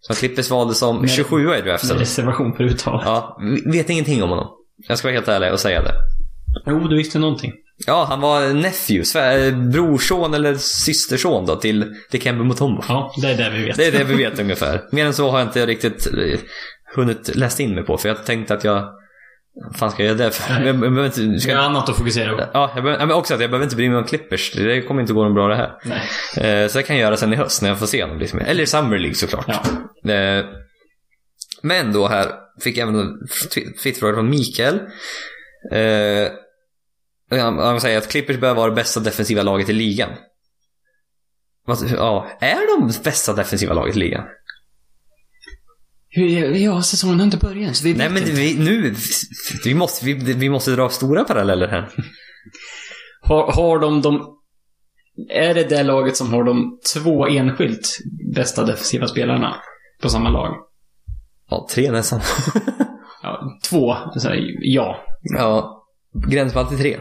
som Klippers valde som 27 i
Med
draften.
Alltså, reservation för uttal.
Ja, vi- vet ingenting om honom. Jag ska vara helt ärlig och säga det.
Jo, du visste någonting.
Ja, han var nephew, svär- eh, brorson eller systerson då till Dikembe Mutombo.
Ja, det är det vi vet.
Det är det vi vet ungefär. Mer än så har jag inte riktigt eh, hunnit läsa in mig på, för jag tänkte att jag... fan ska jag göra det för? Jag,
Nej.
jag behöver inte... Ska,
Vi har
ja.
annat att fokusera på.
jag behöver, ja, men också att jag behöver inte bry mig om Clippers. Det kommer inte gå någon bra det här.
Nej.
Eh, så det kan jag göra sen i höst när jag får se honom lite mer. Eller i Summer League såklart.
Ja.
Eh, Men då här fick jag även en tw- tweetfråga från Mikael. Eh, han han säger att Clippers bör vara det bästa defensiva laget i ligan. Vad- Ja, är de det bästa defensiva laget i ligan?
Hur, ja, säsongen har inte börjat än, så vi vet
Nej men
inte.
vi, nu, vi måste, vi, vi måste dra stora paralleller här.
Har, har de de... Är det det laget som har de två enskilt bästa defensiva spelarna på samma lag?
Ja, tre nästan.
Ja, två. Så här, ja.
ja, gränsfall till tre.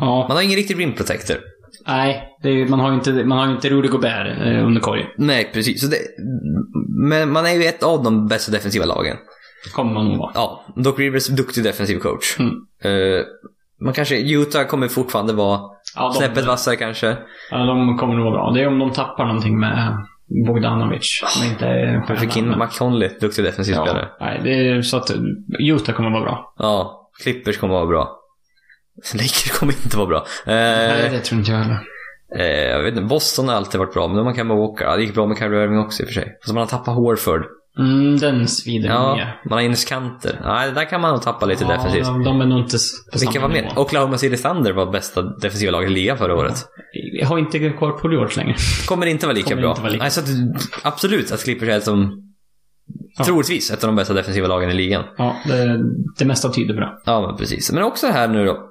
ja.
Man har ingen riktig rim protector.
Nej, det är, ju- man har ju inte, man har ju inte Rudy Gobert eh, under korgen.
Nej, precis. Så det, men man är ju ett av de bästa defensiva lagen.
Kommer man nog vara.
Ja, Doc Rivers är duktig defensiv coach.
Mm.
Eh, man kanske, Utah kommer fortfarande vara
Ja, de-
snäppet vassare kanske.
Ja, de kommer nog vara bra. Det är om de tappar någonting med Bogdanovic. Som inte är
Man fick in Mac Conley, duktig defensiv
ja,
spelare.
nej, det är så att Utah kommer vara bra.
Ja, Clippers kommer vara bra. Lakers kommer inte vara bra.
nej,
Eh,
det tror inte jag heller.
eh, jag vet inte, Boston har alltid varit bra, men nu har man Kemba Walker. Ja, det gick bra med Kyrie Irving också i och för sig. Fast man har tappat Horford.
Mm, den svider
Ja,
mer.
man har Enes Kanter. Nej, det där kan man nog tappa lite defensivt.
de, de är nog inte s- på
Vilka
samma
var med?
nivå.
Oklahoma City Thunder var bästa defensiva laget i ligan förra året.
Jag har inte kvar på George längre.
Kommer inte vara lika
Kommer
bra.
inte vara lika-
Nej, så att, absolut att Clippers är ett som...
Ja.
Troligtvis ett av de bästa defensiva lagen i ligan.
Ja, det, det mesta tyder på det.
Ja, men precis. Men också här nu då.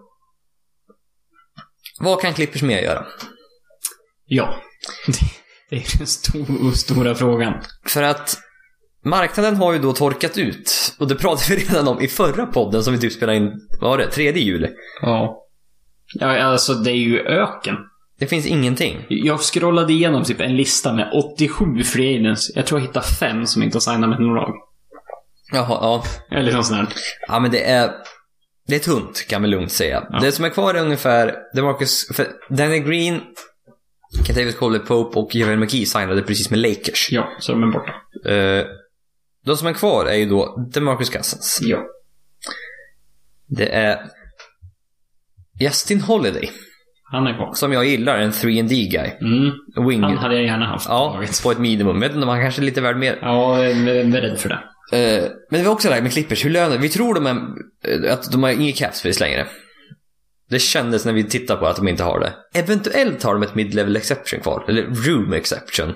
Vad kan Clippers mer göra?
Ja. Det, det är den stor, stora frågan.
För att marknaden har ju då torkat ut. Och det pratade vi redan om i förra podden som vi typ spelade in, vad var det, 3 juli.
Ja. ja. Alltså, det är ju öken.
Det finns ingenting.
Jag scrollade igenom typ en lista med 87 free agents. Jag tror jag hittade fem som inte har signat med några lag.
Jaha, ja.
Eller liksom något sånt där.
Ja, men det är... Det är tunt, kan man lugnt säga.
Ja.
Det som är kvar är ungefär... DeMarcus, för Danny Green, Kentavious Coley-Pope och Javel McKee signade precis med Lakers.
Ja, så de är borta.
Eh, de som är kvar är ju då DeMarcus Cousins.
Ja.
Det är Justin Holiday,
Han är kvar.
som jag gillar, en 3D-guy.
Mm.
Wing.
Han hade jag gärna haft. på
Ja,
laget.
på ett minimum. Men de har kanske är lite värd mer.
Ja, jag är rädd för det.
Eh, men det var också det här med Clippers. Hur lönar Vi tror de är, eh, att de har inget cap space längre. Det kändes när vi tittade på att de inte har det. Eventuellt har de ett mid-level exception kvar. Eller room exception.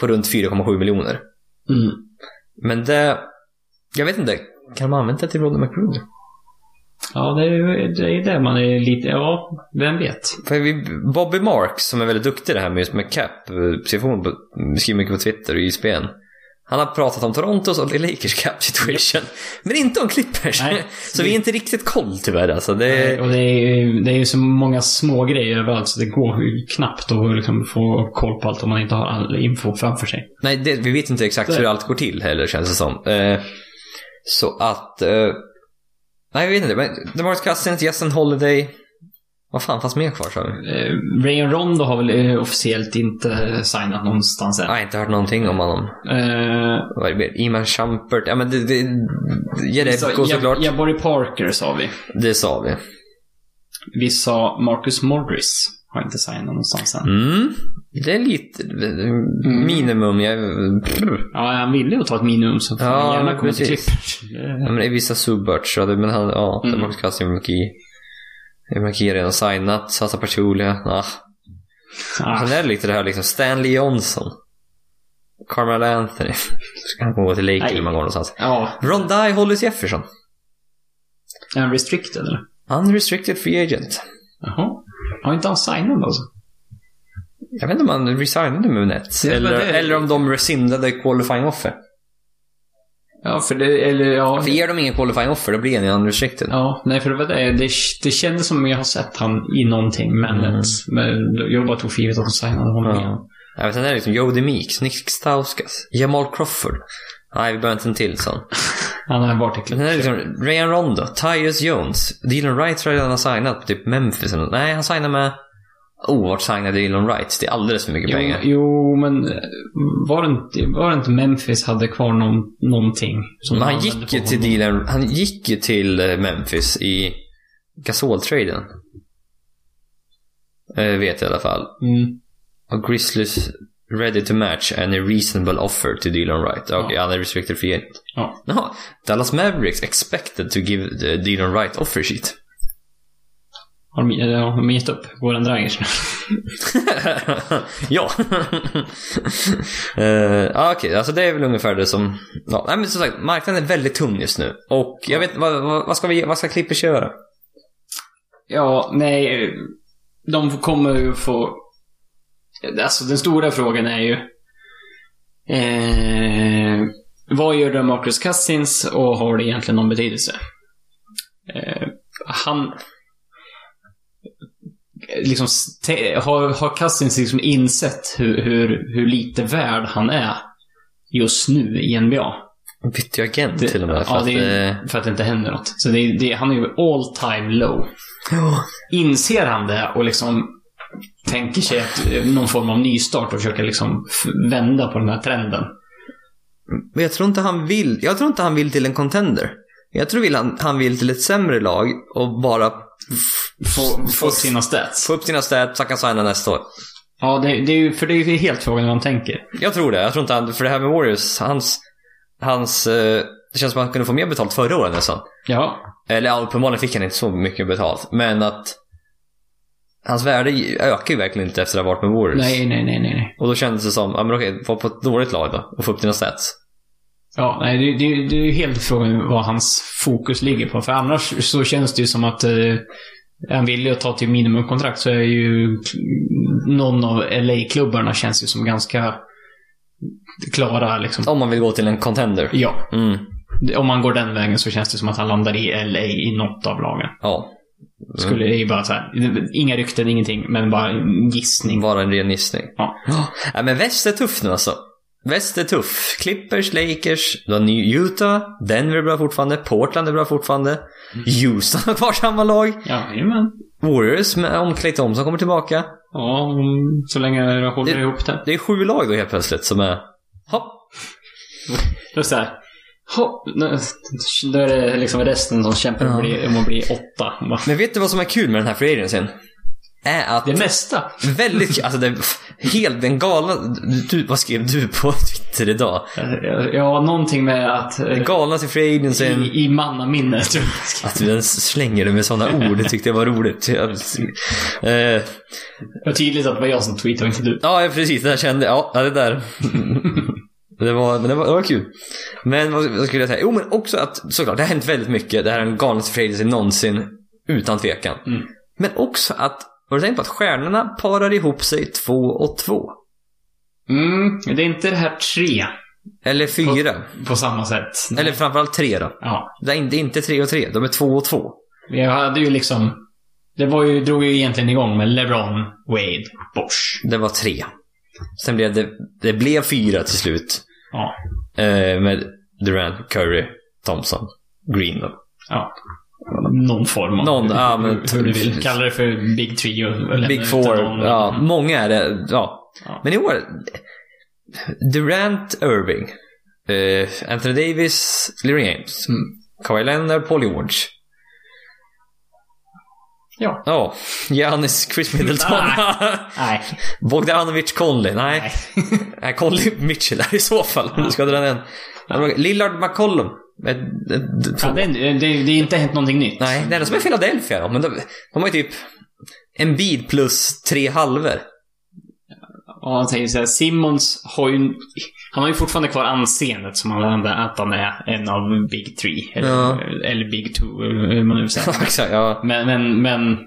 På runt 4,7 miljoner.
Mm.
Men det... Jag vet inte. Kan de använda det till Rodney McRooney?
Ja, det är ju- det är det man är lite... Ja, vem vet?
För vi, Bobby Marks, som är väldigt duktig i det här med, just med cap, eh, situation, på- skriver mycket på Twitter och i ISBN. Han har pratat om Torontos och Lakers cap situation. Men inte om Clippers.
Nej.
så vi är inte riktigt koll tyvärr alltså. Det,
Och det är, ju, det är ju så många små grejer överallt så det går ju knappt att liksom få koll på allt om man inte har all info framför sig.
Nej, det, vi vet inte exakt
Nej.
hur allt går till heller känns det som. Eh, så att... Eh, nej, vi vet inte. Men DeMarcus Cousins, Justin Holiday. Vad fan fanns mer kvar sa vi?
Eh, Rayon Rondo har väl eh, officiellt inte eh, signat någonstans än.
Jag har inte hört någonting om honom.
Eh,
Vad är det mer? Iman Shumpert. Ja, men det... det Jerebko
Ja-
såklart.
Jabari Parker sa vi.
Det sa vi.
Vi sa Marcus Morris. Har inte signat någonstans än.
Mm. Det är lite...
Mm.
Minimum. Jag,
Ja, han ville ju ta ett minimum så får
Ja,
han
men
gärna komma till
precis.
Clippers.
ja, men det är vissa Subberts. så det- Men han... Ja,
Mm.
DeMarcus Cousins, McKee. McKee har redan signat. Sasa Pachulia. Ah.
Ah,
Sen är det lite det här liksom Stanley Johnson. Carmel Anthony. Ska han gå till Lakers
Nej.
eller man går någonstans.
ja,
Rondai Hollis Jefferson.
är han restricted eller?
Unrestricted free agent.
Jaha. Har inte han signat alltså?
Jag vet inte om han resignade med Nets.
Ja, men
eller,
det är-
eller om de rescindade qualifying offer.
Ja, för det, eller ja.
För ger de ingen qualifying offer då blir han ju unrestricted.
Ja, nej för det var det. Det, det kändes som jag har sett han i någonting, men,
Mm.
men jag bara tog för givet att de signade honom
Ja.
igen.
Ja, men sen är det liksom Jody Meeks, Nick Stauskas, Jamal Crawford. Nej, vi behöver inte en till sån.
Han har varit i
Men
klubben.
sen är det liksom Rayan Rondo, Tyus Jones, Dylan Wright tror jag redan har signat på typ Memphis eller något. Nej, han signade med... Oh, vart signade Dylan Wright? Det är alldeles för mycket
Jo,
pengar.
jo, men eh, var det, inte, var det inte Memphis hade kvar någon, någonting? Som
Men
de
han
använde
gick
på
ju till
honom?
dealen, han gick ju till eh, Memphis i Gasol-traden. Eh, vet jag i alla fall.
Mm.
Och Grizzlies ready to match and a reasonable offer to Dylan Wright. Okej,
Ja.
han är restricted free agent.
Ja.
Jaha, Dallas Mavericks expected to give eh, Dylan Wright offer sheet.
Har de, eller har de gett upp? Går den Dragic?
ja. uh, Okej, alltså det är väl ungefär det som... Ja, nej, men som sagt, marknaden är väldigt tung just nu. Och jag vet vad, vad, vad ska vi, vad ska Clippers göra?
ja, nej. eh, De kommer ju få... Alltså den stora frågan är ju... Eh, vad gör då Marcus Cousins och har det egentligen någon betydelse? Eh, han... Liksom, te, har, har Cousins liksom insett hur, hur, hur lite värd han är just nu i NBA?
Bytte jag agent
Det,
till och med. För
ja,
att,
det är,
eh,
ju för att det inte händer något. Så det, är- det, är- han är ju all time low.
ja.
Inser han det och liksom tänker sig att eh, någon form av nystart och försöker liksom f- vända på den här trenden.
Men jag tror inte han vill. Jag tror inte han vill till en contender. Jag tror vill han, han vill till ett sämre lag och bara
Få, få upp sina stats.
få upp sina stats så han kan signa nästa år.
Ja, det, det är ju, för det är ju helt frågan hur han tänker.
Jag tror det. Jag tror inte han, för det här med Warriors, hans, hans, eh, det känns som att han kunde få mer betalt förra året nästan.
Ja.
Eller ja, uppenbarligen fick han inte så mycket betalt. Men att hans värde ökar ju verkligen inte efter att ha varit med Warriors.
Nej, nej, nej, nej. nej.
Och då kändes det som, ja men okej, var på ett dåligt lag då och få upp dina stats.
Ja, nej, det, det, det är ju helt frågan vad hans fokus ligger på. För annars så känns det ju som att eh, är han vill ju ta till minimumkontrakt så är ju någon av LA-klubbarna känns ju som ganska klara liksom.
Om man vill gå till en contender.
Ja,
Mm,
om man går den vägen så känns det som att han landar i LA i något av lagen.
ja.
Skulle det är ju bara så här, inga rykten, ingenting, men bara en gissning.
Bara en ren gissning.
Ja.
Ja, men väst är tuff nu alltså. Väst är tuff. Clippers, Lakers, du har ny Utah, Denver är bra fortfarande, Portland är bra fortfarande.
Mm.
Houston har kvar samma lag.
Jajamän. Warriors?
Warriors med, om Clay Thompson kommer tillbaka.
Ja, om- så länge jag håller
Det-
ihop det.
Det är sju lag då helt plötsligt som är... Hopp.
Då så här. Hopp, nu- då är det liksom resten som kämpar om att bli- om att bli åtta. Bara,
Men vet du vad som är kul med den här free agencyn? Är att...
Det mesta.
Väldigt kul. Alltså det är helt den galna... Du, vad skrev du på Twitter idag?
Ja, någonting med att... eh,
Den galnaste free agencyn.
I, i mannaminne, tror jag.
Att du ens slänger det med sådana ord, det tyckte jag var roligt. Jag, eh,
Det var tydligt att det var jag som tweetade och inte du.
ja, precis. Det där kände jag. Ja, det där. Det var, men det, var, det var kul. Men vad, vad skulle jag säga? Jo, men också att såklart, det har hänt väldigt mycket. Det här är den galnaste friheten någonsin, utan tvekan.
Mm.
Men också att, har du tänkt på att stjärnorna parar ihop sig två och två?
Mm, det är inte det här tre
Eller fyra.
på samma sätt.
Eller framförallt tre då.
Ja.
Det är inte, inte tre och tre, de är två och två.
Vi hade ju liksom... Det var ju, drog ju egentligen igång med LeBron, Wade, Bosch.
Det var tre. Sen blev det, det blev fyra till slut.
Ja.
Eh, med Durant, Curry, Thompson, Green då.
ja. Någon form av...
Någon, ja, men-
hur, hur du vill. Kalla det för Big Three och lämna
Big
ut
Four.
någon.
Ja, många är det. Ja.
Ja.
Men i år, Durant, Irving, eh, Anthony Davis, LeBron James,
Mm.
Kawhi Leonard, Paul George.
Ja.
Ja, Giannis, Chris Middleton.
Nej.
Bogdanovic, Conley. Nej.
Nej.
Nej, Conley Mitchell där i så fall. Om du ska dra den. Lillard McCollum. Ett, ett, ett,
Ja, det, det, det är inte hänt någonting nytt.
Nej, det enda som är Philadelphia då. Men de, de har ju typ en bid plus tre halver.
Och han säger så här, Simmons har ju... Han har ju fortfarande kvar anseendet som han hade att han är en av Big Three. Eller,
Ja.
eller Big Two, eller hur man nu säger.
Exakt, ja.
Men, men, men...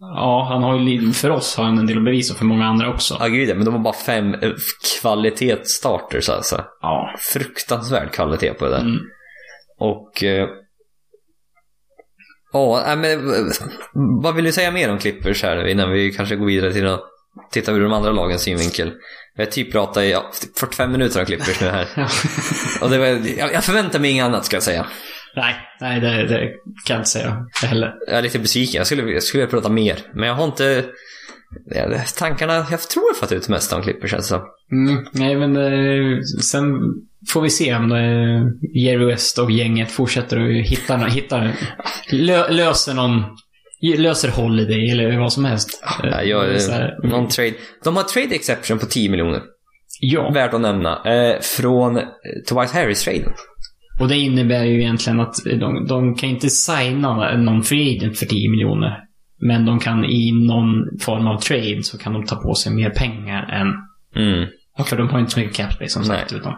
Ja, han har ju, li- för oss har han en del att bevisa och för många andra också.
Ja, gud ja, Men de har bara fem eh, kvalitetsstarters alltså.
Ja.
Fruktansvärd kvalitet på det där.
Mm.
Och... eh, Ja, nej, men eh, vad vill du säga mer om Clippers här innan vi kanske går vidare till att titta ur de andra lagens synvinkel? Vi har typ pratat i ja, typ 45 minuter om Clippers nu här.
Ja.
Och det var, jag, jag förväntar mig inget annat ska jag säga.
nej, nej det, det kan jag inte säga heller.
Jag är lite besviken. Jag skulle, jag skulle vilja prata mer. Men jag har inte... ja, Tankarna... Jag tror jag fått ut mest om Clippers alltså. känns det som.
Mm, nej, men eh, sen får vi se om eh, Jerry West och gänget fortsätter och hittar, nå- hittar lö, löser någon löser Holiday eller vad som helst. Eh,
Jag gör,
så här, mm,
någon trade. De har trade exception på 10 miljoner.
ja,
Värt att nämna. Eh, från eh, Tobias Harris-traden.
och det innebär ju egentligen att de, de kan inte signa någon free agent för 10 miljoner. Men de kan i någon form av trade så kan de ta på sig mer pengar än...
Mm.
För de har inte så mycket cap space som sagt.
Nej.
Utan,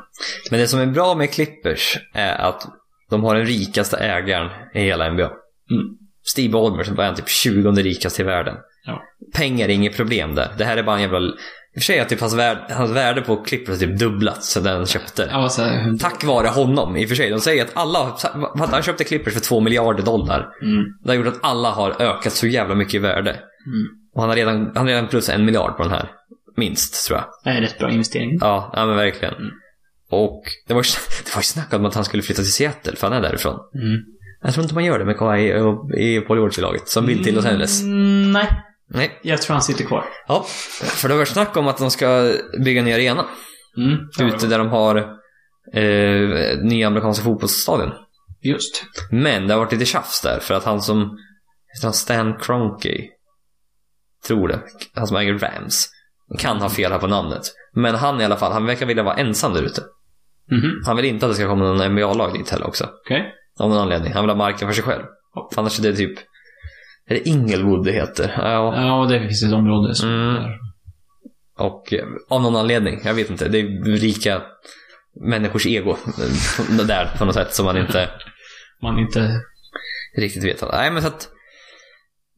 Men det som är bra med Clippers är att de har den rikaste ägaren i hela NBA.
Mm.
Steve Ballmer som var en typ 20 rikaste i världen.
Ja.
Pengar är inget problem där. Det här är bara en jävla... I och för sig att typ hans, värde, hans värde på Clippers har typ dubblats sedan han köpte.
ja, så här,
Tack vare honom, i och för sig. De säger att alla... har- Han köpte Clippers för 2 miljarder dollar.
mm,
Det har gjort att alla har ökat så jävla mycket i värde.
mm.
Och han har redan, han har redan plus en miljard på den här. Minst, tror jag.
Det är en rätt bra investering. Mm.
Ja, ja men verkligen. Och det var, ju, det var ju snack om att han skulle flytta till Seattle, för han är därifrån.
Mm.
Jag tror inte man gör det med Kawhi och- i Paul George-laget, som vill till Los Angeles.
Mm, nej,
Nej.
jag tror han sitter kvar.
Ja, för det var snack om att de ska bygga en ny arena.
Mm.
Ute där de har eh, nya amerikanska fotbollsstadion.
Just.
Men det har varit lite tjafs där för att han som, heter han Stan Kroenke? Tror det. Han som äger Rams. Kan ha fel här på namnet. Men han i alla fall, han verkar vilja vara ensam där ute.
Mhm.
Han vill inte att det ska komma någon NBA-lag dit heller också.
Okej.
Av någon anledning. Han vill ha marken för sig själv. För annars är det typ, är det Inglewood det heter? Ja.
Ja, det finns ett område som...
Mm. Och eh, av någon anledning, jag vet inte. Det är rika människors ego eh, där på något sätt som man inte
man inte...
riktigt vet. han. Nej, men så att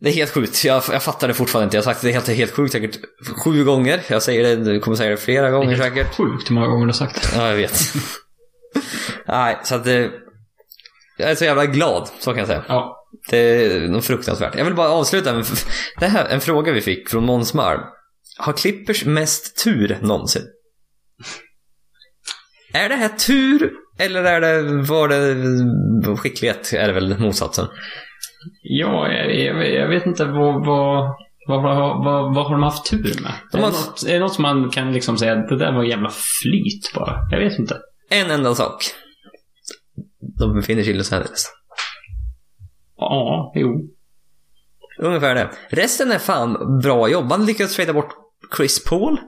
det är helt sjukt. Jag, jag fattar det fortfarande inte. Jag har sagt det helt, helt sjukt säkert sju gånger. Jag säger det, du kommer säga det flera gånger säkert.
Sjukt hur många gånger du har sagt det.
Ja, jag vet. Nej, så att det, Jag är så jävla glad, så kan jag säga.
Ja.
Det är något fruktansvärt. Jag vill bara avsluta med det här, en fråga vi fick från Måns Malm. Har Clippers mest tur någonsin? Är det här tur eller är det, var det skicklighet? Är det väl motsatsen?
Ja, jag, jag, jag vet inte vad... vad... Vad, vad, vad, vad har de haft tur med?
De
är,
har-
det något, är det något som man kan liksom säga, det där var jävla flyt bara? Jag vet inte.
En enda sak. De befinner sig i Los Angeles.
Ja, jo.
Ungefär det. Resten är fan bra jobb. Man lyckades trada bort Chris Paul.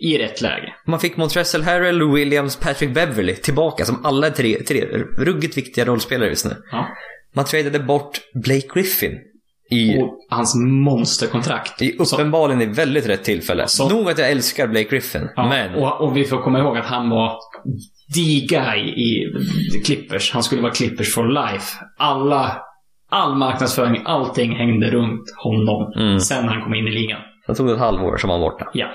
I rätt läge.
Man fick Montrezl Harrell, Lou Williams, Patrick Beverly tillbaka som alla är tre, tre ruggigt viktiga rollspelare just nu.
Ja.
Man tradade bort Blake Griffin. I,
Och hans monsterkontrakt.
i uppenbarligen i väldigt rätt tillfälle.
Så-
Nog att jag älskar Blake Griffin,
Ja,
men...
och, och vi får komma ihåg att han var the guy i Clippers. Han skulle vara Clippers for life. Alla, all marknadsföring, allting hängde runt honom.
Mm.
Sen när han kom in i ligan.
Sen tog det ett halvår som var han borta.
Ja.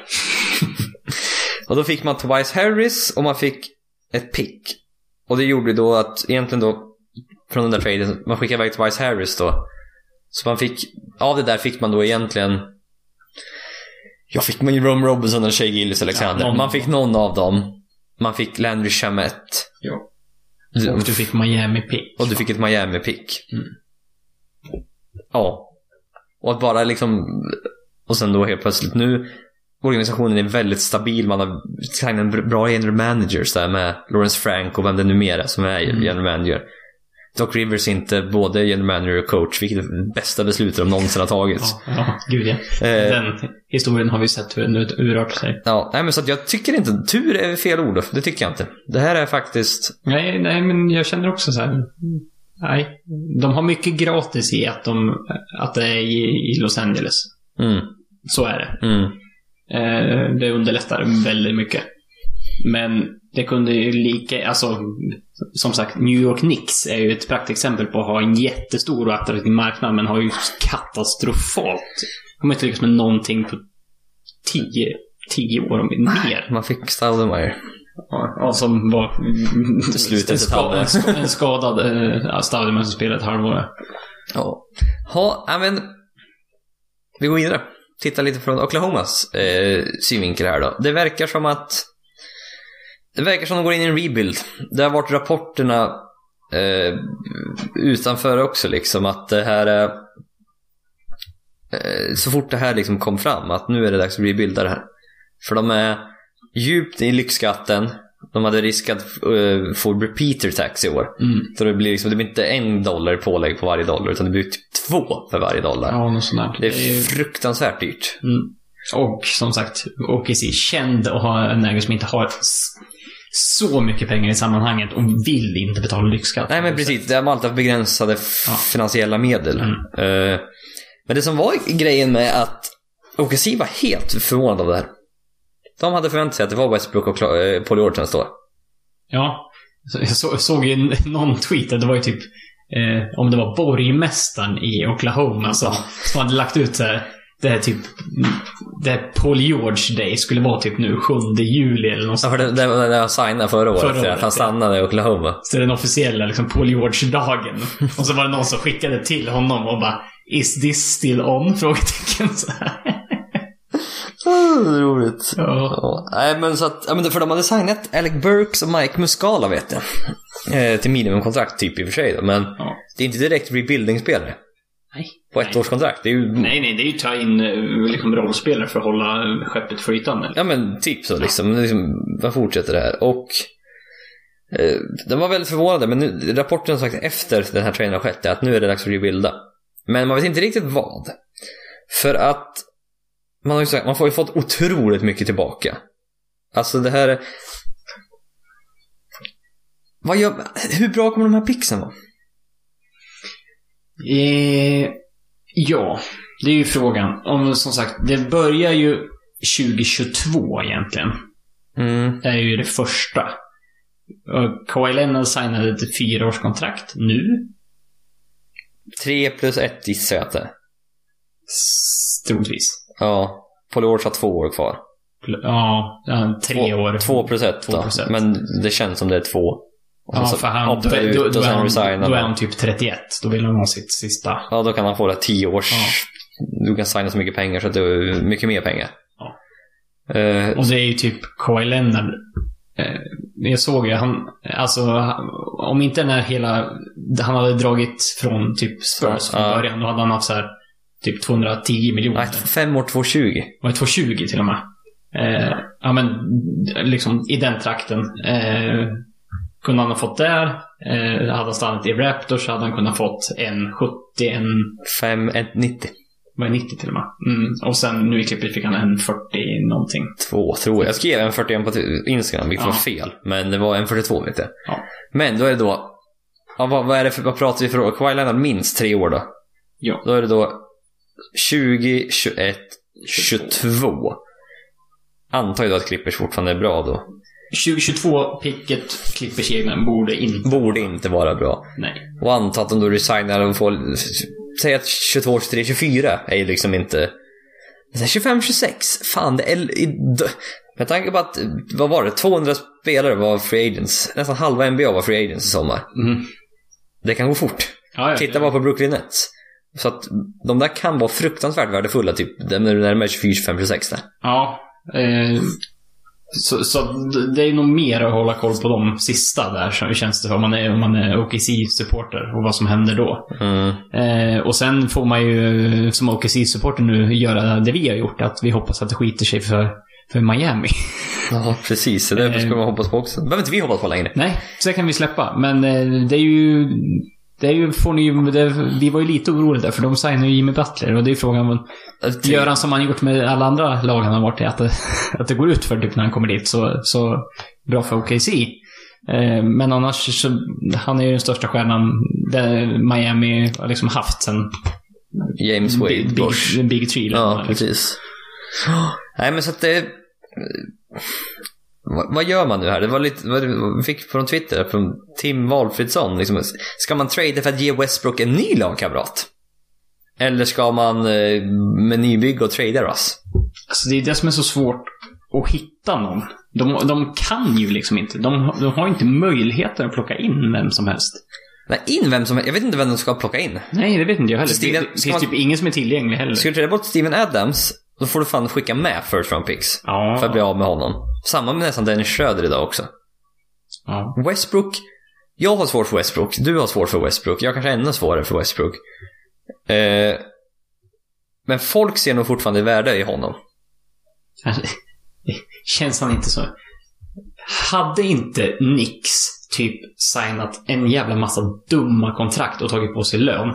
Och då fick man Tobias Harris och man fick ett pick. Och det gjorde då att egentligen då från den där traden, man skickade iväg Tobias Harris då. Så man fick, av det där fick man då egentligen jag fick man ju Rom Robinson och Shea Gillis Alexander.
Ja, någon
man
av
fick någon av dem. Man fick Landry Shamet.
ja. Och du fick Miami Pick.
Och du fick ett Miami-pick.
Mm.
Ja. Och att bara liksom... Och sen då helt plötsligt nu. Organisationen är väldigt stabil. Man har signat en br- bra general managers där med Lawrence Frank och vem det numera är som är
Mm.
general manager. Doc Rivers är inte både general manager och coach, vilket är det bästa beslutet de någonsin har tagits.
Ja, ja, gud ja.
Eh,
Den historien har vi sett hur den ut- urart sig.
ja, nej, men så att jag tycker inte... Tur är fel ord, det tycker jag inte. Det här är faktiskt...
Nej, nej, men jag känner också så här. Nej. De har mycket gratis i att, de, att det är i, i Los Angeles.
Mm,
Så är det.
mm.
Eh, Det underlättar väldigt mycket. Men det kunde ju lika, alltså som sagt, New York Knicks är ju ett praktexempel på att ha en jättestor och attraktiv marknad men har ju katastrofalt. De har inte lyckats med någonting på 10, 10 år och mer.
Man fick Stoudemire.
Ja, som var
Till slut ett halvår.
en, ska, en skadad eh, Stadium som spelade ett halvår.
Ja. Ha, ja, men vi går vidare. Titta lite från Oklahomas eh, synvinkel här då. Det verkar som att det verkar som att de går in i en rebuild. Det har varit rapporterna eh, utanför också liksom att det här är eh, så fort det här liksom kom fram att nu är det dags att rebuilda det här. För de är djupt i lyxskatten. De hade risk att eh, få repeater tax i år.
Mm.
Så det blir liksom, det blir inte en dollar i pålägg på varje dollar, utan det blir typ två för varje dollar.
Ja, något sånt där.
Det
Det är ju-
är fruktansvärt dyrt.
Mm. Och som sagt, OKC är känd och har en ägare som inte har s- så mycket pengar i sammanhanget och vill inte betala lyxskatt.
Nej men precis, det är alltid begränsade f-
Ja.
finansiella medel.
Mm.
Eh, men det som var grejen med att OKC var helt förvånad av det här. De hade förväntat sig att det var Westbrook och Cla- eh, Paul George som står.
Ja. Så- Jag så, såg ju n- någon tweet, det var ju typ eh, om det var borgmästaren i Oklahoma som, som hade lagt ut så här, det här typ, det här Paul George Day skulle vara typ nu 7 juli eller något
Ja,
sånt.
för det, det, det jag signade förra året,
Förra
för att
året,
han
ja.
stannade i Oklahoma.
Så det är den officiella liksom, Paul George-dagen. Och så var det någon som skickade till honom och bara Is this still on? Frågetecken. Så här.
Ah, roligt.
Ja.
Ja, Nej, men så att, ja, men för de hade signat Alec Burks och Mike Muscala vet jag. Eh, till minimumkontrakt typ i och för sig då, men
Ja.
det är inte direkt rebuilding-spelare
Nej.
på ett
Nej.
års kontrakt. Det är ju,
Nej, nej, det är ju ta in eh, liksom, rollspelare för att hålla eh, skeppet flytande.
ja men typ så liksom. Det är liksom vad fortsätter det här? Och eh, de var väldigt förvånade, men nu, rapporten som sagt efter den här traden har skett är att nu är det dags att rebuilda. Men man vet inte riktigt vad. För att man har ju sagt, man får ju fått otroligt mycket tillbaka. Alltså det här... Vad gör, hur bra kommer de här pixen vara?
Eh, ja, det är ju frågan. Om, som sagt, det börjar ju 2022 egentligen.
Mm.
Det är ju det första. Och Kawhi Leonard signade ett fyraårskontrakt nu,
3 plus 1 gissar jag att det är.
s- troligtvis.
Ja. Paul George har två år kvar.
Pl- Ja, ja, tre
två,
år.
Två plus ett
Två
då.
plus ett.
Men det känns som det är två. Och
Ja,
så
för han, då,
optar ut
då,
och
då, är
sen
han,
resignar
då är
han.
han typ 31. Då vill han ha sitt sista.
Ja, då kan han få det här tio års... Du kan signa så mycket pengar så att det är mycket mer pengar.
Ja.
Eh,
Och det är ju typ Kawhi Leonard. Eh, Jag såg ju, han, alltså, han- om inte när hela, han hade dragit från typ Spurs från
Ja.
början, då hade han haft så här, typ 210 miljoner.
nej, fem år 2,20.
var det 220 till och med. Eh, ja, men liksom i den trakten. Eh, kunde han ha fått där, eh, hade han stannat i Raptors hade han kunnat fått en 70, en
Fem, ett, 90.
vad är 90 till och med. Mm. Och sen nu i klippet fick han en 40 någonting.
Två, tror jag. Jag skrev en 41 på Instagram, vilket
Ja.
var fel. Men det var en 42 vet jag.
Ja.
Men då är det då... Ja, vad, vad, är det för, vad pratar vi för år? Kawhi Leonard minst tre år då.
Ja.
Då är det då 20, 21, 22.
22.
Antar jag då att Clippers fortfarande är bra då.
2022, picket Klippers egna, borde inte...
Borde inte vara bra.
Nej.
Och anta att de då resignar och får... Säg att 22, 23, 24 är ju liksom inte... Men sen 25, 26. Fan, det är... i- d- Med tanke på att, vad var det? 200 spelare var free agents. Nästan halva NBA var free agents i sommar.
Mm.
Det kan gå fort.
Ja, ja,
Titta bara på Brooklyn Nets. Så att de där kan vara fruktansvärt värdefulla, typ. När du närmar dig 24, 25, 26 där.
Ja. Eh, så, så det är nog mer att hålla koll på de sista där, så känns det som. Om man är, om man är OKC-supporter och vad som händer då.
Mm.
Eh, och sen får man ju som OKC-supporter nu göra det vi har gjort, att vi hoppas att det skiter sig för, för Miami.
Ja, precis. Det är därför
Eh.
skulle man hoppas på också. Det behöver inte vi hoppas på längre.
Nej, så det kan vi släppa. Men eh, det är ju... Det är ju, får ni, ju- det, vi var ju lite oroliga där, för de signade ju Jimmy Butler och det är frågan om Gör han som han gjort med alla andra lag han har varit i, att det, att det går ut för typ när han kommer dit, så, så bra för OKC. Eh, Men annars, så, han är ju den största stjärnan där Miami har liksom haft sen
James Wade,
Big, big,
Bush.
big Three.
Ja,
liksom.
precis. Nej, men så att det... eh, Vad, vad gör man nu här? Det var lite, vad vi fick från Twitter, från Tim Walfridsson. Liksom, ska man trade för att ge Westbrook en ny lagkamrat? Eller ska man eh, med nybygge och trada Russ?
Alltså, det är det som är så svårt att hitta någon. De, de kan ju liksom inte. De, de har ju inte möjligheten att plocka in vem som helst.
Nej, in vem som Jag vet inte vem de ska plocka in.
Nej, det vet inte jag heller.
Stilen-
det det
ska
finns
man-
typ ingen som är tillgänglig heller.
Ska du trada bort Steven Adams, då får du fan skicka med first round picks. För att
Ja.
bli av med honom. Samma med nästan Dennis Schröder idag också.
ja.
Westbrook. Jag har svårt för Westbrook. Du har svårt för Westbrook. Jag kanske är ännu svårare för Westbrook. Eh, men folk ser nog fortfarande värde i honom.
Alltså, Känns han inte så? Hade inte Nix typ signat en jävla massa dumma kontrakt och tagit på sig lön,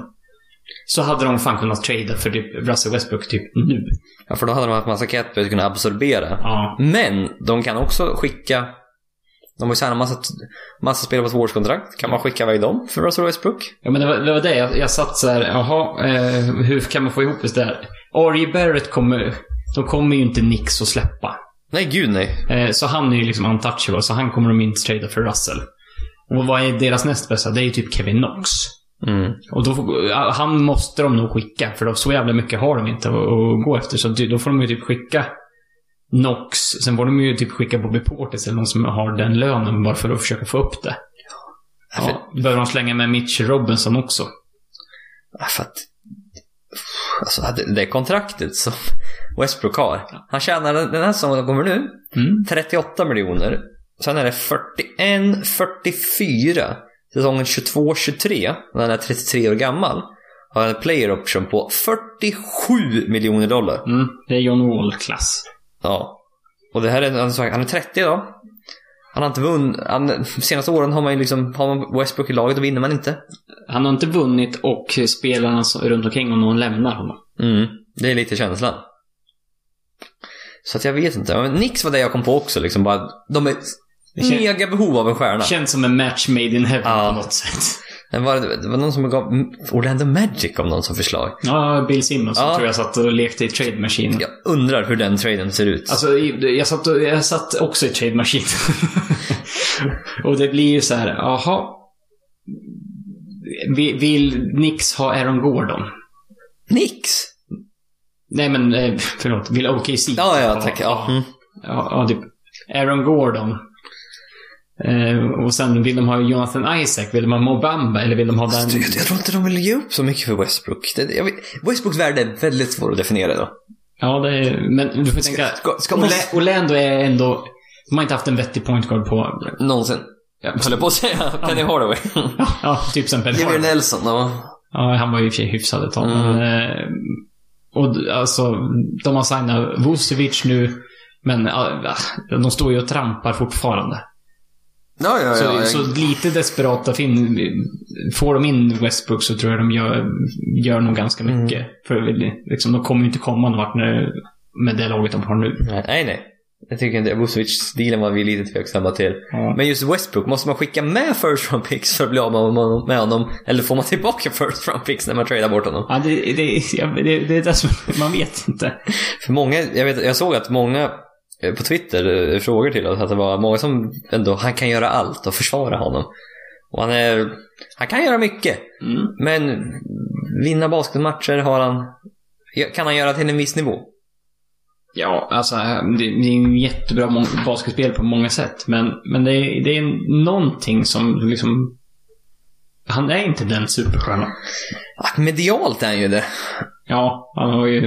så hade de fan kunnat trada för typ Russell Westbrook typ nu.
Ja, för då hade de haft massa cap att kunna absorbera.
Ja.
Men de kan också skicka... De har ju signat massa, massa spelare på tvåårskontrakt. Kan man skicka iväg dem för Russell Westbrook?
ja men det var det, var det. Jag, jag satt så här, jaha, eh, hur kan man få ihop det där? R.E. Barrett kommer, de kommer ju inte Nix att släppa.
Nej, gud nej.
Eh, så han är ju liksom untouchable, så han kommer de inte trada för Russell. Och vad är deras näst bästa? Det är ju typ Kevin Knox.
Mm.
Och då, får- han måste de nog skicka, för då, så jävla mycket har de inte att, att gå efter. Så det- då får de ju typ skicka Nox. Sen får de ju typ skicka Bobby Portis eller någon som har den lönen bara för att försöka få upp det. Ja, bör de slänga med Mitch Robinson också?
Ja, För att... Alltså, hade det kontraktet som Westbrook har. Han tjänar den den här säsongen som kommer nu
Mm.
38 miljoner. Sen är det 41, 44. Säsongen 22-23, när han är 33 år gammal, har han en player option på 47 miljoner dollar.
Mm. Det är John Wall-klass.
Ja. Och det här är, han är- han är 30 idag. Han har inte vunnit. Han, de senaste åren har man ju liksom, har man Westbrook i laget och vinner man inte.
Han har inte vunnit och spelarna som- runt omkring om någon lämnar honom.
Mm, det är lite känslan. Så att jag vet inte. Men Nix var det jag kom på också liksom. Bara, de är
Det kän-
mega behov av en stjärna.
Känns som en match made in heaven
Ja.
på något sätt.
Men var det, det var någon som gav Orlando Magic om någon som förslag.
Ja, Bill Simmons som
Ja.
tror jag satt och lekte i Trade Machine.
Jag undrar hur den traden ser ut.
Alltså, i- jag satt, och- jag satt också i Trade Machine. och det blir ju så här, jaha. Vi- Vill Nix ha Aaron Gordon?
Nix!
Nej men, eh, förlåt. Vill OKC?
Ja, ja, tack. Ja. Mm.
Ja, ja typ Aaron Gordon. Eh, och sen vill de ha Jonathan Isaac, vill de ha Mobamba eller vill de ha
Alltså,
den...
jag, jag tror inte de vill ge upp så mycket för Westbrook. Det, jag vet, Westbrooks värde är väldigt svår att definiera då.
Ja, det är, men du får tänka...
ska- ska-
Ola- Orlando är ändå... De har inte haft en vettig point guard på...
Någonsin.
Ja,
Höll jag på att säga. Penny Hardaway.
ja typ sen Ben
Jimmy
Harden.
Nelson, ja.
Ja, han var ju i och för sig hyfsad ett tag.
Mm.
men, eh, Och d- alltså, de har signat Vucevic nu, men ah, de står ju och trampar fortfarande.
Ja, ja,
Så,
ja. jag-
så lite desperata fin... Får de in Westbrook så tror jag de gör, gör nog ganska
Mm.
mycket. För liksom, de kommer ju inte komma någon vart nu med det laget de har nu.
Nej, nej. Jag tycker inte Vucevic-stilen var vi lite tveksamma till.
Ja.
Men just Westbrook, måste man skicka med first round picks för att bli av med honom? Med honom eller får man tillbaka first round picks när man tradar bort honom?
Ja, det, det, ja, det, det är det som, man vet inte.
För många, jag, vet, jag såg att många eh, på Twitter eh, frågor till oss att det var många som ändå, han kan göra allt och försvara honom. Och han är, han kan göra mycket.
Mm.
Men vinna basketmatcher har han, kan han göra till en viss nivå.
Ja, alltså det det är en jättebra må- basketspel på många sätt. Men, men det, är, det är någonting som liksom... Han är inte den superstjärnan.
Ah, Medialt är han ju det.
Ja, han har ju...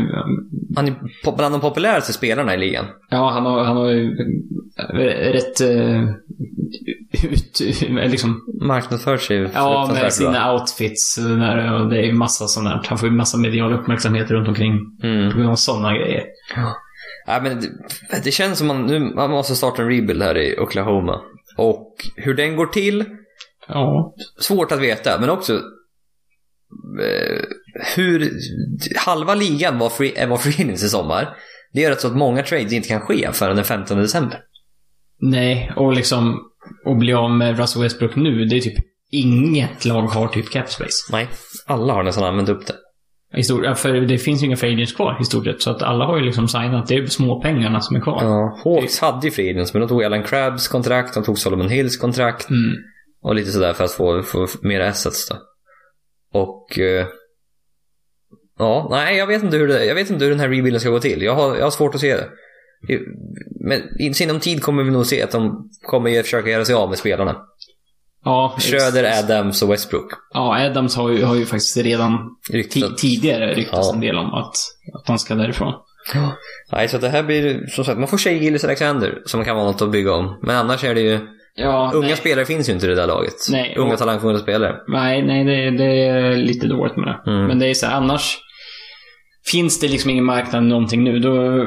Han är po- bland de populäraste spelarna i ligan.
Ja, han har, han har ju rätt... eh, Ut, liksom,
Marknadsför sig
ja,
fruktansvärt
med
bra.
sina outfits och det där, och det är ju massa sånt där. Han får ju massa medial uppmärksamhet runt omkring
Mm.
på grund av sådana grejer.
Ja, men det, det känns som man, nu, man måste starta en rebuild här i Oklahoma. Och hur den går till,
Ja.
svårt att veta. Men också eh, hur halva ligan var free, eh, var free agents i sommar. Det gör alltså att många trades inte kan ske förrän den 15 december.
Nej, och liksom... Och bli av med Russell Westbrook nu, det är typ... Inget lag har typ cap space.
Nej, alla har nästan använt upp det.
I stort, ja, för det finns ju inga free agents kvar i stort sett. Så att alla har ju liksom signat. Det är ju småpengarna som är kvar.
Ja, Hawks hade ju free agents, men de tog Alan Crabbs kontrakt, de tog Solomon Hills kontrakt.
Mm.
Och lite sådär för att få, få mer assets då. Och... eh, ja, nej jag vet, inte hur det, jag vet inte hur den här rebuilden ska gå till. Jag har, jag har svårt att se det. I- Men i sinom tid kommer vi nog se att de kommer ju försöka göra sig av med spelarna.
Ja,
Schröder, Adams och Westbrook.
ja, Adams har ju, har ju faktiskt redan ti-
Ryktet.
tidigare ryktats
Ja.
en del om att, att han ska därifrån.
Ja. Nej, så att det här blir som sagt, man får tjej Gillis Alexander som kan vara något att bygga om. Men annars är det ju,
Ja,
unga
nej,
spelare finns ju inte i det där laget.
Nej,
unga
och-
talangfulla spelare.
nej, nej det, det är lite dåligt med det.
Mm.
Men det är så här, annars finns det liksom ingen marknad någonting nu. Då,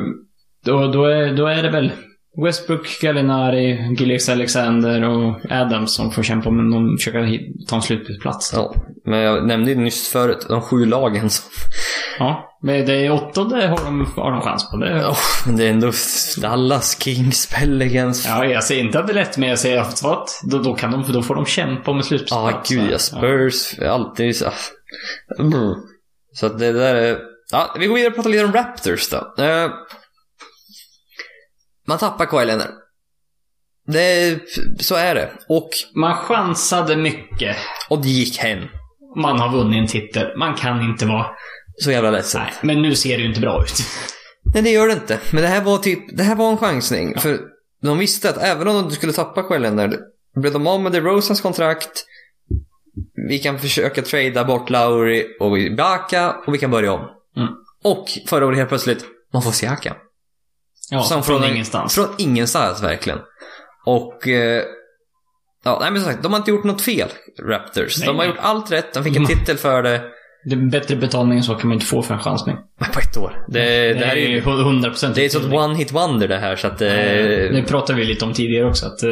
då, då, är, då är det väl Westbrook, Gallinari, Gillis Alexander och Adams som får kämpa om de försöker hit- ta en slutplats.
Ja, men jag nämnde ju nyss förut de sju lagen som
Ja, men det är åttonde har de, har de chans på. Det.
Åh, men det är ändå Dallas, Kings, Pelicans. Ja,
Ja, jag säger inte att det är lätt, men jag säger att att då, då, kan de, då får de kämpa med slutspel.
ah, gud ja. Spurs. Alltid så... Mm. Så att det där är... Ja, vi går vidare och pratar lite om Raptors då. Eh, man tappar Kawhi Leonard. Det, så är det. Och,
Man chansade mycket.
och det gick hem.
Man har vunnit en titel. Man kan inte vara...
Så jävla ledsen.
Nej, men nu ser det ju inte bra ut.
Nej, det gör det inte. Men det här var typ, det här var en chansning. För de visste att även om de skulle tappa Kawhi Leonard, blev de av med DeRozans kontrakt, vi kan försöka trada bort Lowry och Ibaka och vi kan börja om.
Mm.
Och förra året helt plötsligt, Man får Siakam.
Ja,
Som
från
en-
ingenstans.
Från ingenstans verkligen. Och... Eh, ja, nej men som sagt, de har inte gjort något fel, Raptors.
Nej,
de har
nej.
gjort allt rätt, de fick en
Mm.
titel för det.
Det är bättre betalning än så kan man inte få för en chansning.
Men på ett år. Det, det, här är ju,
100 procent.
det är ett sånt one-hit wonder det här, så att... Eh,
Nu pratar vi lite om tidigare också, att eh,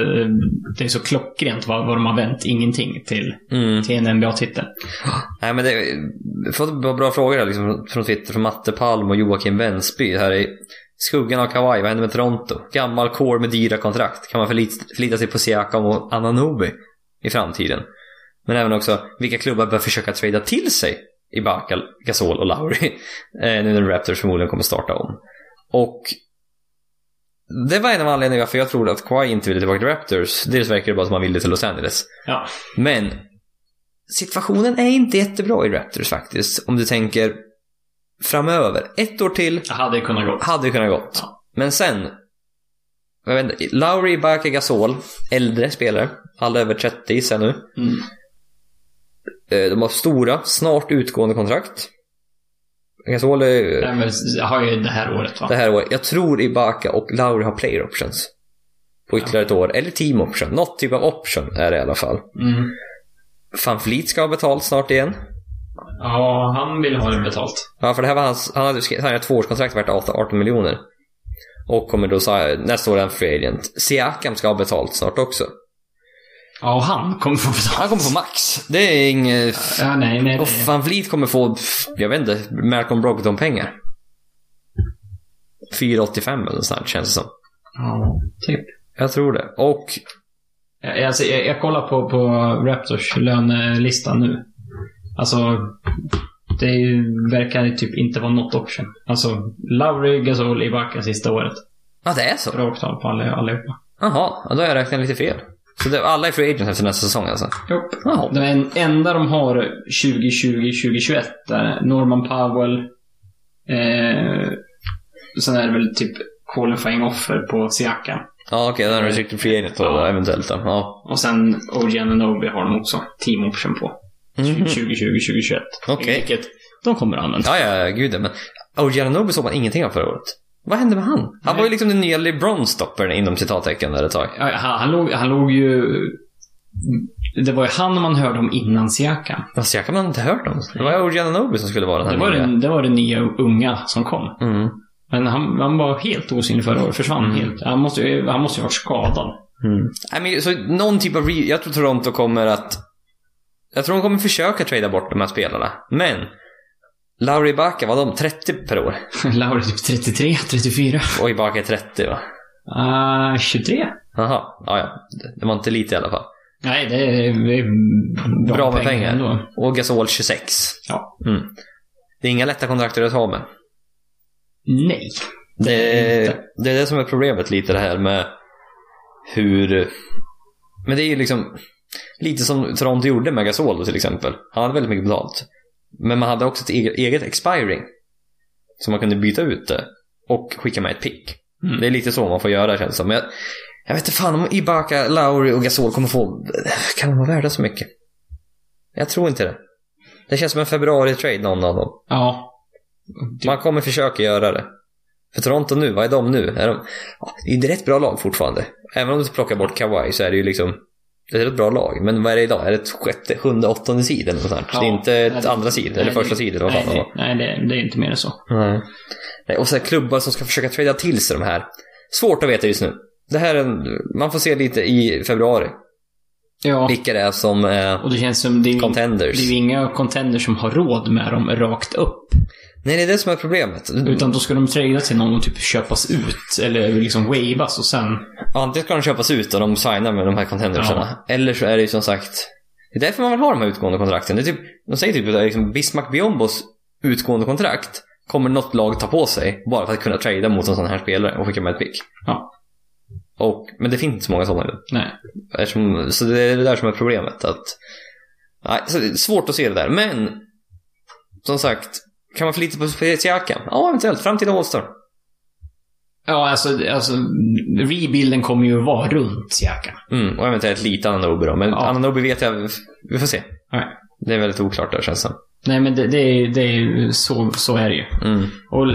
det är så klockrent vad, vad de har vänt ingenting till,
mm.
till en NBA-titel.
Nej, men det vi har fått ett par bra frågor här, liksom, från Twitter, från Matte Palm och Joakim Vänsby. Här i skuggan av Kawhi, vad händer med Toronto? Gammal kår med dyra kontrakt. Kan man förlita, förlita sig på Siakam och Ananobi i framtiden? Men även också, vilka klubbar bör försöka trada till sig i Bakal, Gasol och Lowry? Eh, nu när Raptors förmodligen kommer starta om. Och det var en av anledningarna varför jag trodde att Kawhi inte ville tillbaka till Raptors. Dels verkar det bara som att han ville till Los Angeles.
Ja.
Men situationen är inte jättebra i Raptors faktiskt. Om du tänker framöver. Ett år till
Det hade kunnat gå.
hade det kunnat gått. Men sen. Jag vet inte, Lowry, Ibaka, Gasol. Äldre spelare. Alla över 30 gissar jag nu.
Mm.
Eh, De har stora, snart utgående kontrakt. Gasol är ju-
Nej, men s- har ju det här året va?
det här året. Jag tror Ibaka och Lowry har player options. På ytterligare ett år. Eller team option. Något typ av option är det i alla fall.
Mm.
Van Vliet ska ha betalt snart igen.
Ja, han vill ha det betalt.
Ja, för det här var hans, han hade skrivit han hade ett tvåårskontrakt värt 18 18 miljoner. Och kommer då sa- nästa år är han free agent. Siakam ska ha betalt snart också.
Ja, och han kommer få betalt.
Han kommer få max. Det är inget...
Ja, nej, nej.
Och
nej.
Van Vliet kommer få, pff, jag vet inte, Malcolm Brogdon-pengar. 4,85 eller något sånt känns det som.
Ja, typ.
Jag tror det. Och
Jag, alltså, jag, jag kollar på, på Raptors lönelista nu. Alltså, det är ju, verkar typ inte vara något option. Alltså, Lowry, Gasol, Ibaka sista året.
ja, det är så.
Rakt av på alla- allihopa.
Jaha, ja, då har jag räknat lite fel. Så det, alla är free agents efter nästa säsong alltså?
Jopp.
Jaha.
Den en- enda de har 2020-2021 är Norman Powell. Eh, sen är det väl typ qualifying offer på Siakam.
Ja, okej, då är det restricted free agent då, då, eventuellt då. Ja.
Och sen OG Ananobi har de också team option på.
Mhm.
2020-2021.
Okej.
Vilket de kommer att använda.
Ja, ja, ja, gud ja, men Ojananobi såg man ingenting av förra året. Vad hände med han? Han
Nej.
var ju liksom den nya LeBron-stoppern inom citattecken där ett tag.
Ja, Han, han, låg, han låg ju... Det var ju han man hörde om innan Siakam.
Alltså, jag kan man inte ha hört om. Det var Ojananobi som skulle vara den här
Det var,
nya.
den, det var den nya unga som kom.
Mm.
Men han, han var helt osynlig förra året. Försvann helt. Han måste, ju- han måste ju ha varit skadad.
Mm. Nej, men, så någon typ av re- Jag tror Toronto kommer att... Jag tror de kommer försöka trada bort de här spelarna. Men... Lauri Ibaka, var de 30 per år?
Lauri är typ 33, 34.
Och Ibaka är 30 va?
Ah, 23?
Jaha, ja, ja. Det- Det var inte lite i alla fall.
Nej, det är, det är
Bra med pengar.
ändå.
Och Gasol 26.
Ja.
Mm. Det är inga lätta kontrakter att ta med.
Nej.
Det,
Inte.
det är det som är problemet lite det här med hur... Men det är ju liksom lite som Toronto gjorde med Gasol då, till exempel. Han hade väldigt mycket betalt. Men man hade också ett eget, eget expiring. Så man kunde byta ut det och skicka med ett pick.
Mm.
Det är lite så man får göra känns det som. Men jag, jag vet inte fan om Ibaka, Lowry och Gasol kommer få... Kan de vara värda så mycket? Jag tror inte det. Det känns som en februari-trade någon av dem.
Ja. Typ.
Man kommer försöka göra det. För Toronto nu, vad är de nu? Är de... Ja, det är ju ett rätt bra lag fortfarande. Även om du plockar bort Kawhi så är det ju liksom... Det är ett rätt bra lag, men vad är det idag? Är det ett sjätte, sjunde, åttonde sid eller något sånt?
Ja.
det är inte
Nej,
ett
det-
andra sid, eller
nej,
första
det-
sid eller vad
nej,
fan det var.
det- Nej, det, det är inte mer än så.
Nej. Nej, och så här klubbar som ska försöka trada till sig de här. Svårt att veta just nu. Det här är en, man får se lite i februari.
Ja.
Vilka det är som är
Och det känns som det är, ju-
contenders.
det är ju inga contenders som har råd med dem rakt upp.
Nej, det är det som är problemet.
Utan då ska de trada till någon och typ köpas ut. Eller liksom waivas och sen...
Antingen ska de köpas ut och de signar med de här contendersarna. Eller så är det ju som sagt... Det är därför man vill ha de här utgående kontrakten. Det är typ, de säger typ att liksom Bismack Biombos utgående kontrakt kommer något lag ta på sig bara för att kunna trada mot en sån här spelare och skicka med ett pick.
Ja.
Och, men det finns inte så många sådana nu.
Nej.
Eftersom, så det är det där som är problemet. Att, nej, så det är svårt att se det där. Men som sagt, kan man förlita på Siakam? Ja, eventuellt. Framtida All-Star.
Ja, alltså, alltså rebuilden kommer ju vara runt Siakam.
Mm, och eventuellt lite Ananobi då. Men
Ja.
Ananobi vet jag, vi får se.
Nej.
Det är väldigt oklart där känns det
Nej, men det, det, är- det är ju- så, så är det ju.
mm.
Och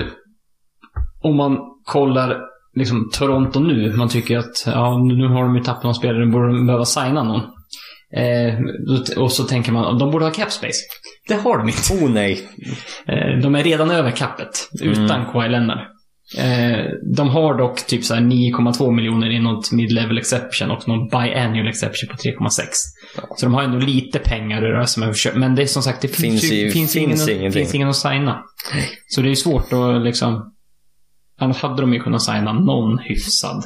om man kollar liksom Toronto nu, man tycker att ja, nu har de ju tappat någon spelare, nu borde de behöva signa någon. Eh, då- och så tänker man, de borde ha cap space. Det har de inte.
Oh nej.
Eh, De är redan över kappet utan Kawhi Leonard. Eh, De har dock typ så här 9,2 miljoner i något mid-level exception och någon biannual exception på 3,6. Så de har ändå lite pengar att röra sig med. och köpa. Men det är som sagt, det finns,
Finns
ju,
ju-
finns,
finns
ingen, att-
ingenting.
finns ingen att signa. Så det är ju svårt att liksom... Annars hade de ju kunnat signa någon hyfsad.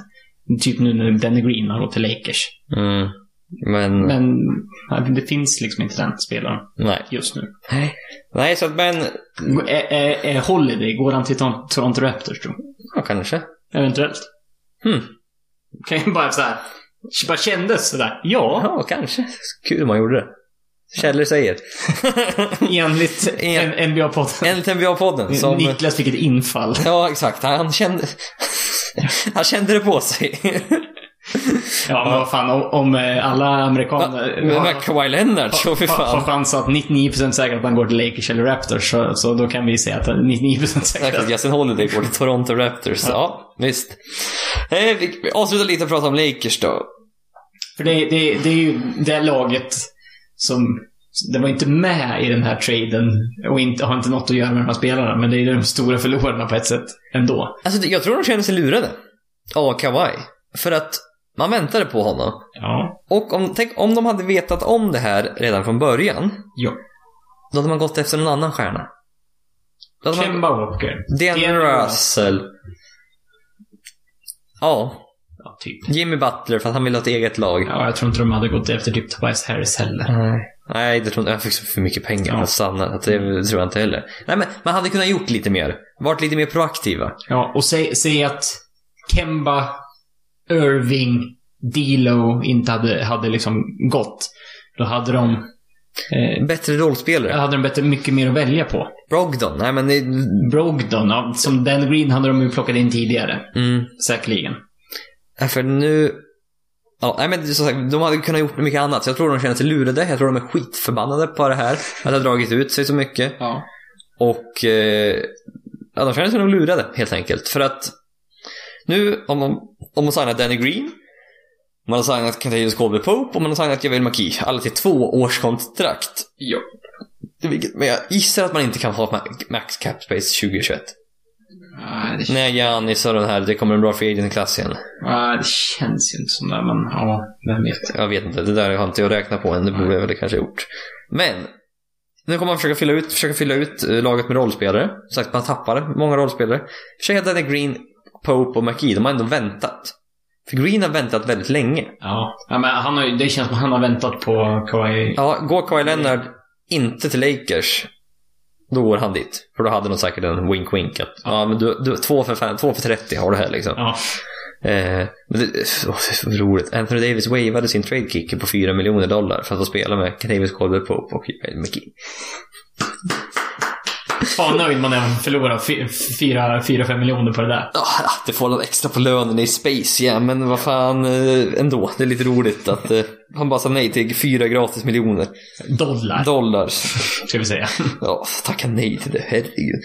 Typ nu när Danny Green har gått till Lakers.
Mm. Men,
Men ja, det finns liksom inte den spelaren
nej.
just nu.
Nej, så att men,
Är, är, är Holiday, går han till Tor- Toronto Raptors tror du?
ja kanske.
Eventuellt.
Hmm.
Kan ju bara såhär, bara kändes sådär. Ja,
Ja, kanske. Kul om man gjorde det. Källor säger.
enligt
En-
en- NBA-podden.
Enligt NBA-podden som...
Niklas fick ett infall.
Ja, exakt. Han kände... Han kände det på sig.
Ja, men vad fan, om, om eh, alla amerikaner
Men
har,
med Kawhi Leonard, så fy
har, har
fan.
chans att 99% säkert att han går till Lakers eller Raptors, så, så då kan vi säga att 99% säkert
Exakt,
att...
Justin Holiday går till Toronto Raptors. Ja, visst. Eh, vi vi avslutar lite och pratar om Lakers då.
För det, det, det är ju det laget som... Det var inte med i den här traden och inte, har inte något att göra med de här spelarna, men det är ju de stora förlorarna på ett sätt ändå.
Alltså, jag tror de känner sig lurade av Kawhi. För att man väntade på honom.
Ja.
Och om, tänk om de hade vetat om det här redan från början,
ja.
då hade man gått efter någon annan stjärna. Då hade man-
Kemba Walker.
D'Angelo Russell. Ja,
Ja, typ.
Jimmy Butler för att han vill ha ett eget lag.
Ja, jag tror inte de hade gått efter typ Tobias Harris heller.
Nej. Nej, det tror inte. Han fick så för mycket pengar för
Ja.
att stanna. Det tror jag inte heller. Nej, men man hade kunnat gjort lite mer. Varit lite mer proaktiva.
Ja, och säg, säg att Kemba, Irving, Dilo inte hade, hade liksom gått. Då hade de, eh,
Bättre rollspelare.
hade de bättre, mycket mer att välja på.
Brogdon. Nej, men det...
Brogdon, ja, som Dan Green hade de ju plockat in tidigare.
Mm.
Säkerligen.
Nej, För nu... Ja, nej, men som sagt, de hade kunnat gjort mycket annat. Så jag tror de känner sig lurade. Jag tror de är skitförbannade på det här. Att det har dragit ut sig så mycket.
Ja.
Och eh, ja, de känner sig nog lurade helt enkelt. För att nu om de, om de signar Danny Green, man har signat Kentavious Colby Pope och man har signat Javel McKee. Alla till två års kontrakt.
ja.
Vilket, men jag gissar att man inte kan ha ett ma- max cap space 2021.
Nej, det,
Nej, Giannis och den här, det kommer en bra free agent-klass igen.
nej, det känns ju inte som det, men ja, vem vet.
Jag vet inte, det där har inte jag räknat på än. Det borde jag väl kanske ha gjort. Men! Nu kommer man försöka fylla ut, försöka fylla ut eh, laget med rollspelare. Som sagt, man tappar många rollspelare. Försöka Danny Green, Pope och McKee, de har ändå väntat. För Green har väntat väldigt länge.
Ja, ja men han har, ju- det känns som han har väntat på Kawhi.
Ja, går Kawhi Leonard inte till Lakers, då går han dit. För då hade de säkert en wink-wink att ja, men du, du, två, för fan, två för 30 har du här liksom.
Ja.
Eh, men det, åh, det är så roligt. Anthony Davis waivade sin trade kicker på 4 miljoner dollar för att få spela med Davis Colbert Pope och Jael McKee.
Fan nöjd man är om man förlorar 4-5 miljoner på det där.
Ah, det får något extra på lönen i Space ja, men vad fan eh, ändå. Det är lite roligt att eh, han bara sa nej till fyra gratis miljoner
Dollar,
dollar.
ska vi säga.
Ja, tacka nej till det, herregud.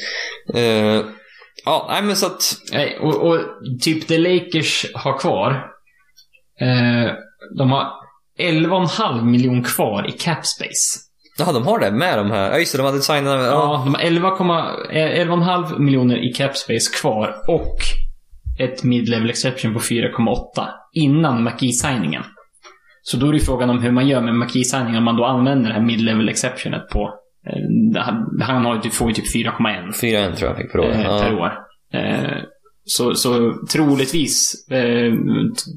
Eh, ja, nej men så att...
Nej, och, och typ det Lakers har kvar. Eh, de har 11,5 miljon kvar i cap space.
Ja, de har det med de här. Ja, just det, de hade signat... Ja.
Ja, de har 11,5 eh, 11,5 miljoner i cap space kvar och ett mid-level exception på 4,8 innan McKee-signingen. Så då är det ju frågan om hur man gör med McKee-signingen om man då använder det här mid-level exceptionet på... Eh, han- han har, ju typ- får ju typ 4,1.
4-1 tror jag fick på då.
eh, per
Ja.
år. Eh, så, så troligtvis eh, t-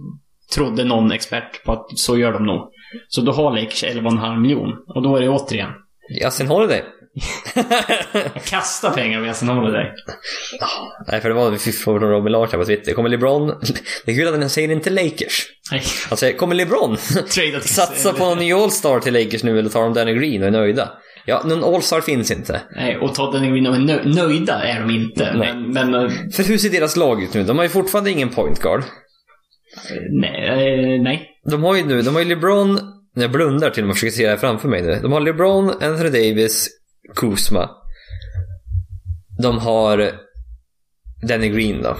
trodde någon expert på att så gör de nog. Så då har Lakers 11,5 miljon. Och då är det återigen,
Justin Holiday.
kasta pengar om Yasin Holiday.
Nej, för det var en fråga från Robin Larsson på Twitter. Kommer LeBron... Det är kul att han säger inte Lakers.
Nej,
Han säger, kommer LeBron
trada till
satsa på någon ny All-Star till Lakers nu eller tar de Danny Green och är nöjda? Ja, någon All-Star finns inte.
Nej, och Todd and Green, de är nö- nöjda är de inte.
Nej.
Men, men eh,
För hur ser deras lag ut nu? De har ju fortfarande ingen point guard.
nej, eh, nej.
De har ju nu, de har ju LeBron... Jag blundar till och med försöker se det här framför mig nu. De har LeBron, Anthony Davis, Kuzma. De har Danny Green då.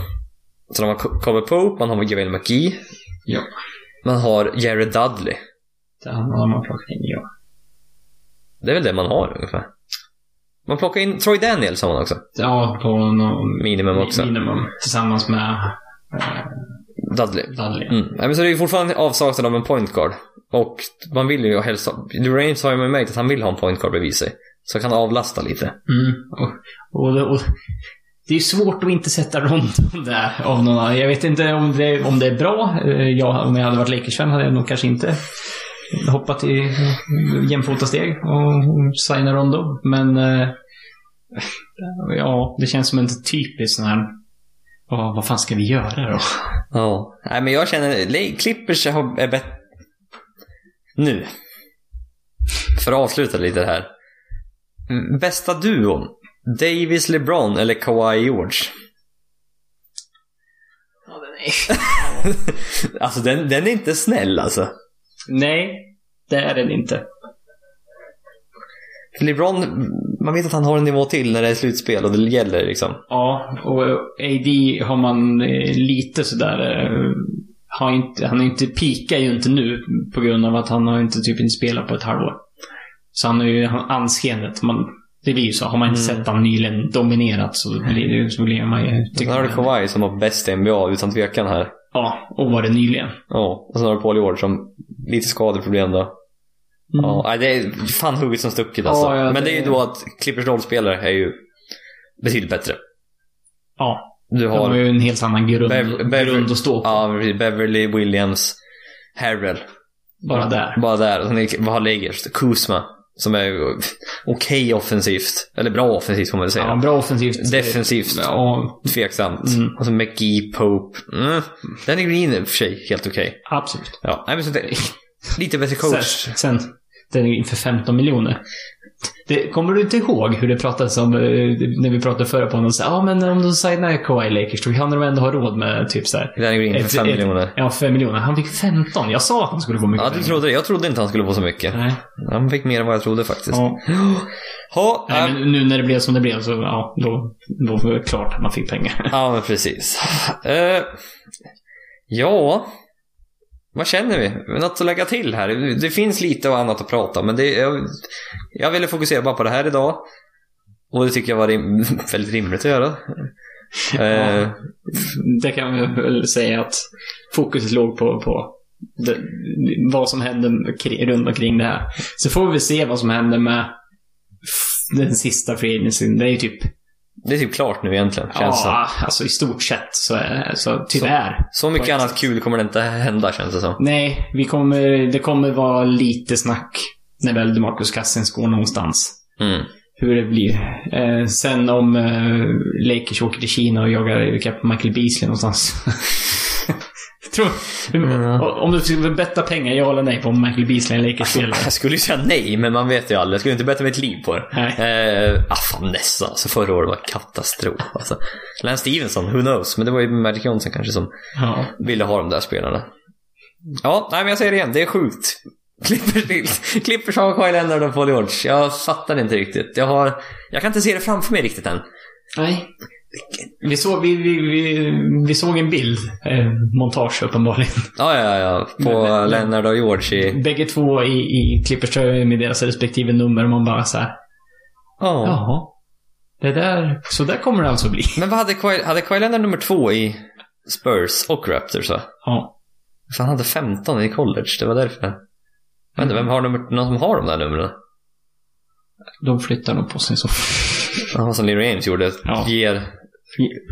Så de har Co- Cover Pope, man har Javel McGee,
Ja.
man har Jared Dudley.
Det handlar om att plocka in, ja.
Det är väl det man har ungefär. Man plockar in Troy Daniels har man också.
Ja, på någon...
Minimum också.
Minimum. Tillsammans med eh,
Dudley.
Dudley.
Mm. Nej, men så det är ju fortfarande avsaknad av en point guard. Och man vill ju helst ha... Durain sa ju med mig att han vill ha en point guard bredvid sig. Så han kan avlasta lite.
Mm. Och, och, och, det är ju svårt att inte sätta Rondon där av någon annan. Jag vet inte om det, om det är bra. Eh, Jag, om jag hade varit Lakers-fan hade jag nog kanske inte hoppat i jämfota steg och signat Rondo. Men eh, ja, det känns som en typisk sån här... "Ja, vad fan ska vi göra då?
Ja. Nej, men jag känner... Le- Clippers har- är bättre... Nu. För att avsluta lite det här. Mm, Bästa duon? Davis LeBron eller Kawhi George? Alltså den, den är inte snäll alltså.
Nej, det är den inte.
LeBron, man vet att han har en nivå till när det är slutspel och det gäller liksom.
Ja, och AD har man eh, lite sådär... eh, Har inte, han är inte, peakar ju inte nu på grund av att han har inte typ inte spelat på ett halvår. Så han har ju han, anseendet. Man, det blir ju så. Har man inte
Mm.
sett han nyligen dominerat så blir det ju- så blir man ju...
Sen
tycker
har du
man-
Kawhi som har bäst i NBA utan tvekan här.
Ja, och var det nyligen.
Ja, och sen har du Paul George som lite skadeproblem då. Ja, nej, det är fan hugget som stucket alltså.
Mm. Ja, ja,
Men det är ju
det-
då att Clippers rollspelare är ju betydligt bättre.
Ja,
Du
de har
har
ju en helt annan grund,
Bev- Bev-
grund att stå på.
ja, Beverly, Williams, Harrell.
Bara där.
Bara där. Och sen är- vad har Lakers? Kuzma. Som är ju okej offensivt. Eller bra offensivt får man väl säga.
Ja, bra offensivt.
Defensivt.
Ja,
Tveksamt.
Mm.
Och så McGee, Pope. Mm. Den är Green i och för sig helt okej.
absolut.
Ja, nej men så det, lite bättre coach.
Sen, sen den är inför 15 miljoner. Det, kommer du inte ihåg hur det pratades om eh, när vi pratade förra på honom? Ja, ah, men om de signar Kawhi Lakers, då kan de ändå ha råd med typ så här.
Danny Green
Ett-
för 5
ett-
miljoner.
Ja, 5 miljoner. Han fick 15. Jag sa att han skulle få mycket
Ja, du
pengar.
trodde det. Jag trodde inte han skulle få så mycket.
Mm. Nej.
Han fick mer än vad jag trodde faktiskt.
Ja.
Ha,
Nej,
ähm,
men nu när det blev som det blev så, ja, då, då var det klart att man fick pengar.
Ja, men precis. Eh, ja, vad känner vi? Något att lägga till här? Det finns lite och annat att prata om, men det, jag, jag ville fokusera bara på det här idag. Och det tycker jag var rim, väldigt rimligt att göra. Eh,
Ja. Det kan vi väl säga att fokuset låg på, på det, vad som hände kri- runt omkring det här. Så får vi se vad som händer med f- den sista free agency. Det är ju typ
Det är typ klart nu egentligen, känns det som.
Ja, alltså i stort sett så, är, så tyvärr.
Så mycket
Faktiskt.
annat kul kommer det inte hända känns det som.
Nej, vi kommer, det kommer vara lite snack när väl Marcus Cousins går någonstans.
Mm.
Hur det blir. Eh, sen om eh, Lakers åker till Kina och jagar ikapp Michael Beasley någonstans. Tror,
Mm.
Om du skulle betta pengar, jag håller nej på om Michael Beasley är en Lakers-spelare.
Jag skulle ju säga nej, men man vet ju aldrig. Jag skulle inte betta mitt liv på det.
Nej.
Eh, ah, fan nästan. Alltså förra året var katastrof. Alltså, Lance Stevenson, who knows? Men det var ju Magic Johnson kanske som
Ja.
ville ha de där spelarna. Ja, nej men jag säger det igen. Det är sjukt. Clippers, Clippers har Kyle Leonard och Paul George. Jag fattar inte riktigt. Jag, har, jag kan inte se det framför mig riktigt än.
Nej. Vi såg, vi, vi, vi, vi såg en bild, eh, montage uppenbarligen.
Ja, ja, ja. På
Men- men-
Leonard och George i...
Bägge två i, i Clippers-tröjor med deras respektive nummer och man bara så här.
Ja.
Jaha. Det där, så där kommer det alltså bli.
Men vad hade Kawhi, hade Kawhi Leonard nummer två i Spurs och Raptors va?
Ja.
För han hade 15 i college, det var därför. Men vem har nummer, någon som har de där numren?
De flyttar nog på sin soffa.
Han som Leroy James gjorde.
Ja.
Ger,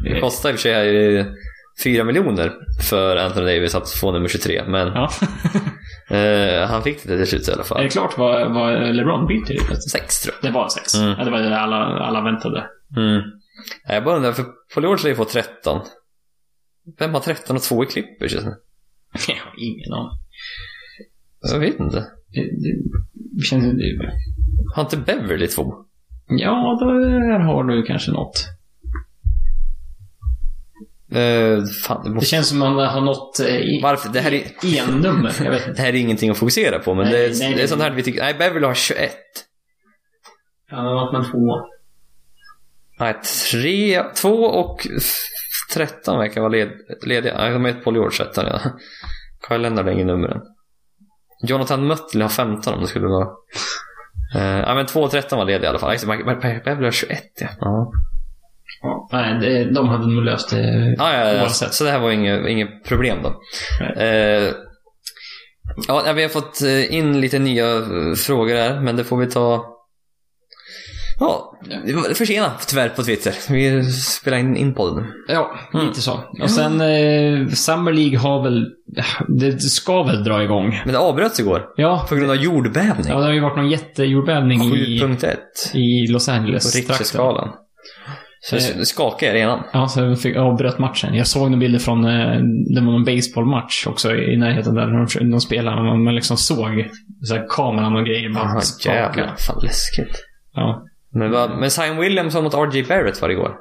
det kostar i och för sig eh, 4 miljoner för Anthony Davis att få nummer 23. Men
Ja.
eh, han fick det till slut i alla
Är
fall.
det klart vad, vad LeBron byter i plötsligt?
Sex tror
Det var sex.
Mm.
Ja, det var det alla, alla väntade.
jag. Mm. Nej, Jag bara undrar, för Paul George lär ju få 13. Vem har 13 och 2 i Clippers just nu?
Jag har ingen aning.
Jag vet inte.
Det, det, det känns, det,
Har inte Beverly 2?
ja, där har du kanske något.
Eh, fan, det
Det
måste...
känns som man har nått eh, i,
Varför? Det här är...
ennummer. Jag vet inte.
Det här är ingenting att fokusera på, men
Nej,
det, är-
nej,
det är
nej.
sånt här vi tycker... Nej, Beverly har 21.
Han har nått med två.
Nej, tre, två och f- 13 verkar vara led, lediga. Nej, de är på George 13 redan. Kyle Leonard har ingen nummer än. Jonathan Mötley har 15 om det skulle vara. Eh, ja, men 2 och 13 var lediga i alla fall. Nej, just det, Mike- Mike Beverly har 21 ja. Ja,
Nej, det- de hade nog löst det.
ja, ja, ja.
Oavsett.
Så det här var inget, inget problem då.
Nej.
Eh, ja, nej, vi har fått eh, in lite nya eh, frågor här, men det får vi ta... Ja, det var försena tyvärr på Twitter. Vi spelar in, in podden.
Ja,
Mm.
lite så. Och sen, eh, Summer League har väl... Det ska väl dra igång.
Men det avbröts igår.
Ja,
På grund av jordbävning.
ja det har ju varit någon jättejordbävning i,
7.1
i Los Angeles.
på Richtnerskalan. Så
Eh.
det skakar i arenan.
Ja, så jag fick, avbröt matchen. Jag såg några bilder från, eh, det var någon baseballmatch också i närheten där de, de spelade. Man, man liksom såg så här, kameran och grejer bara
Jaha,
skaka.
jävlar. Fan läskigt.
Ja.
Men, vad- men Zion Williamson mot RJ Barrett var det igår.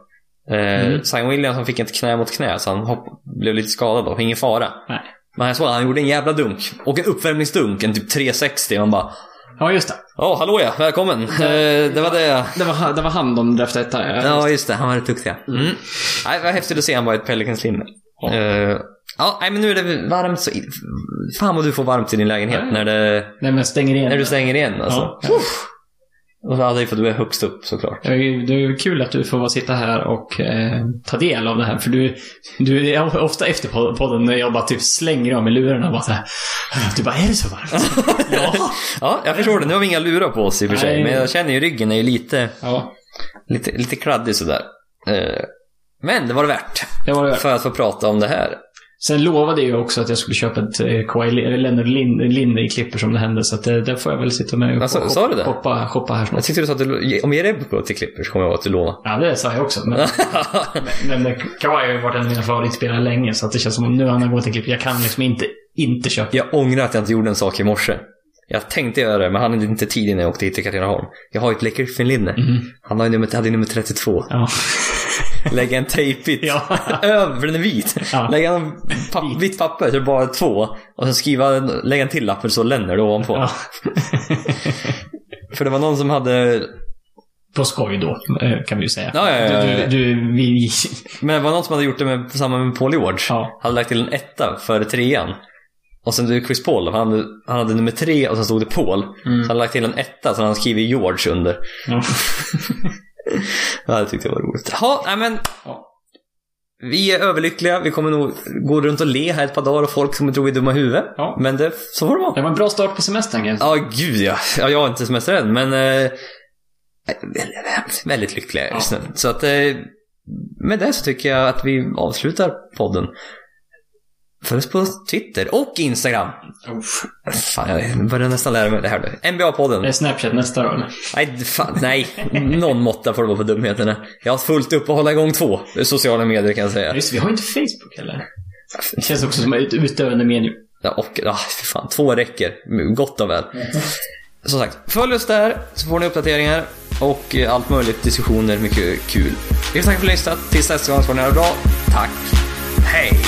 Eh,
Mm.
Zion Williamson fick ett knä mot knä, så han hopp, blev lite skadad då. Ingen fara.
Nej.
Men jag såg att han gjorde en jävla dunk. Och en uppvärmningsdunk, en typ 360. Man bara,
ja, just det.
ja hallå ja, välkommen. Eh, det var det.
Det var, han- det var han de draftade etta. Ja.
Ja, just det. Han var rätt duktig. ja. Mm. Nej, vad häftigt att se han var i ett Pelicans-linne.
Ja.
Eh, ja, nej, men nu är det varmt så... in- Fan vad du får varmt i din lägenhet
Ja.
när, det,
Nej, men stänger igen.
när du stänger igen. Alltså.
Ja.
Uff. Och så hade ju för att du är högst upp såklart.
Det är ju- det är ju kul att du får vara sitta här och eh, ta del av det här. För du, du är ofta efter pod- podden när jag bara typ slänger av mig lurarna och bara så här. Du bara, är det så varmt? ja.
Ja, jag förstår det. Nu har vi inga lurar på oss i och för sig.
Nej.
Men jag känner ju ryggen är ju lite,
ja,
lite, lite kladdig sådär. Eh, men det var det värt.
det var det.
För att få prata om det här.
Sen lovade jag också att jag skulle köpa ett eh, Kawhi Le- eller Leonard Linde, Linde i klipper som det hände. Så att det, där får jag väl sitta med och
Alltså,
hoppa,
sa du det?
Hoppa, hoppa här
Jag
snart.
tyckte du sa att du, om Jerebko till Clippers kommer jag ihåg att du lånade.
Ja, det sa jag också. Men, men, men Kawhi har ju varit en av mina favoritspelare länge. Så att det känns som om nu han har gått i klipp. Jag kan liksom inte, inte köpa.
Jag ångrar att jag inte gjorde en sak i morse. Jag tänkte göra det, men han hade inte tid innan jag åkte hit till Katrineholm. Jag har ju ett Blake Griffin-linne.
Mhm.
Han har ju nummer, hade ju nummer 32.
Ja.
Lägg en tejpbit
ja.
över, för den är vit.
Ja.
Lägg en papp, vitt papper så det är bara två. Och sen skriva, en- lägg en till lapp med så Lennart ovanpå.
ja.
För det var någon som hade,
På skoj då, eh, kan vi ju säga.
Ja, ja, ja, ja.
Du, du, vi...
men det var någon som hade gjort det med, samma med Paul George.
Ja.
Hade lagt till en etta före trean. Och sen du Chris Paul, han hade, han hade nummer tre och sen stod det Paul. Så han hade lagt till en etta, så han skrivit George under.
ja.
Ja, det tyckte jag var roligt. Ja, nej men.
Ja.
Vi är överlyckliga. Vi kommer nog gå runt och le här ett par dagar och folk kommer tro vi är dumma i huvudet.
Ja.
Men det, så får det vara.
Det var en bra start på semestern kanske.
Ja, gud ja. ja jag har inte semester än, men... Eh, väldigt, väldigt lyckliga är just nu. Så att... Eh, med det så tycker jag att vi avslutar podden. Följ oss på Twitter och Instagram.
Uff.
Fan, jag börjar nästan lära mig det här nu. NBA-podden.
Det är Snapchat nästa då, eller?
Nej, fan, nej. Någon måtta får det vara på dumheterna. Jag har fullt upp att hålla igång två sociala medier kan jag
Ja,
säga.
just det, vi har ju inte Facebook heller. Det känns också som ett utövande medium.
Ja, och, ah, fy fan, två räcker. Gott och väl. Som sagt, följ oss där så får ni uppdateringar och eh, allt möjligt, diskussioner, mycket kul. Vi tackar för att ni har lyssnat. Tills nästa gång så får ni ha det bra. Tack. Hej!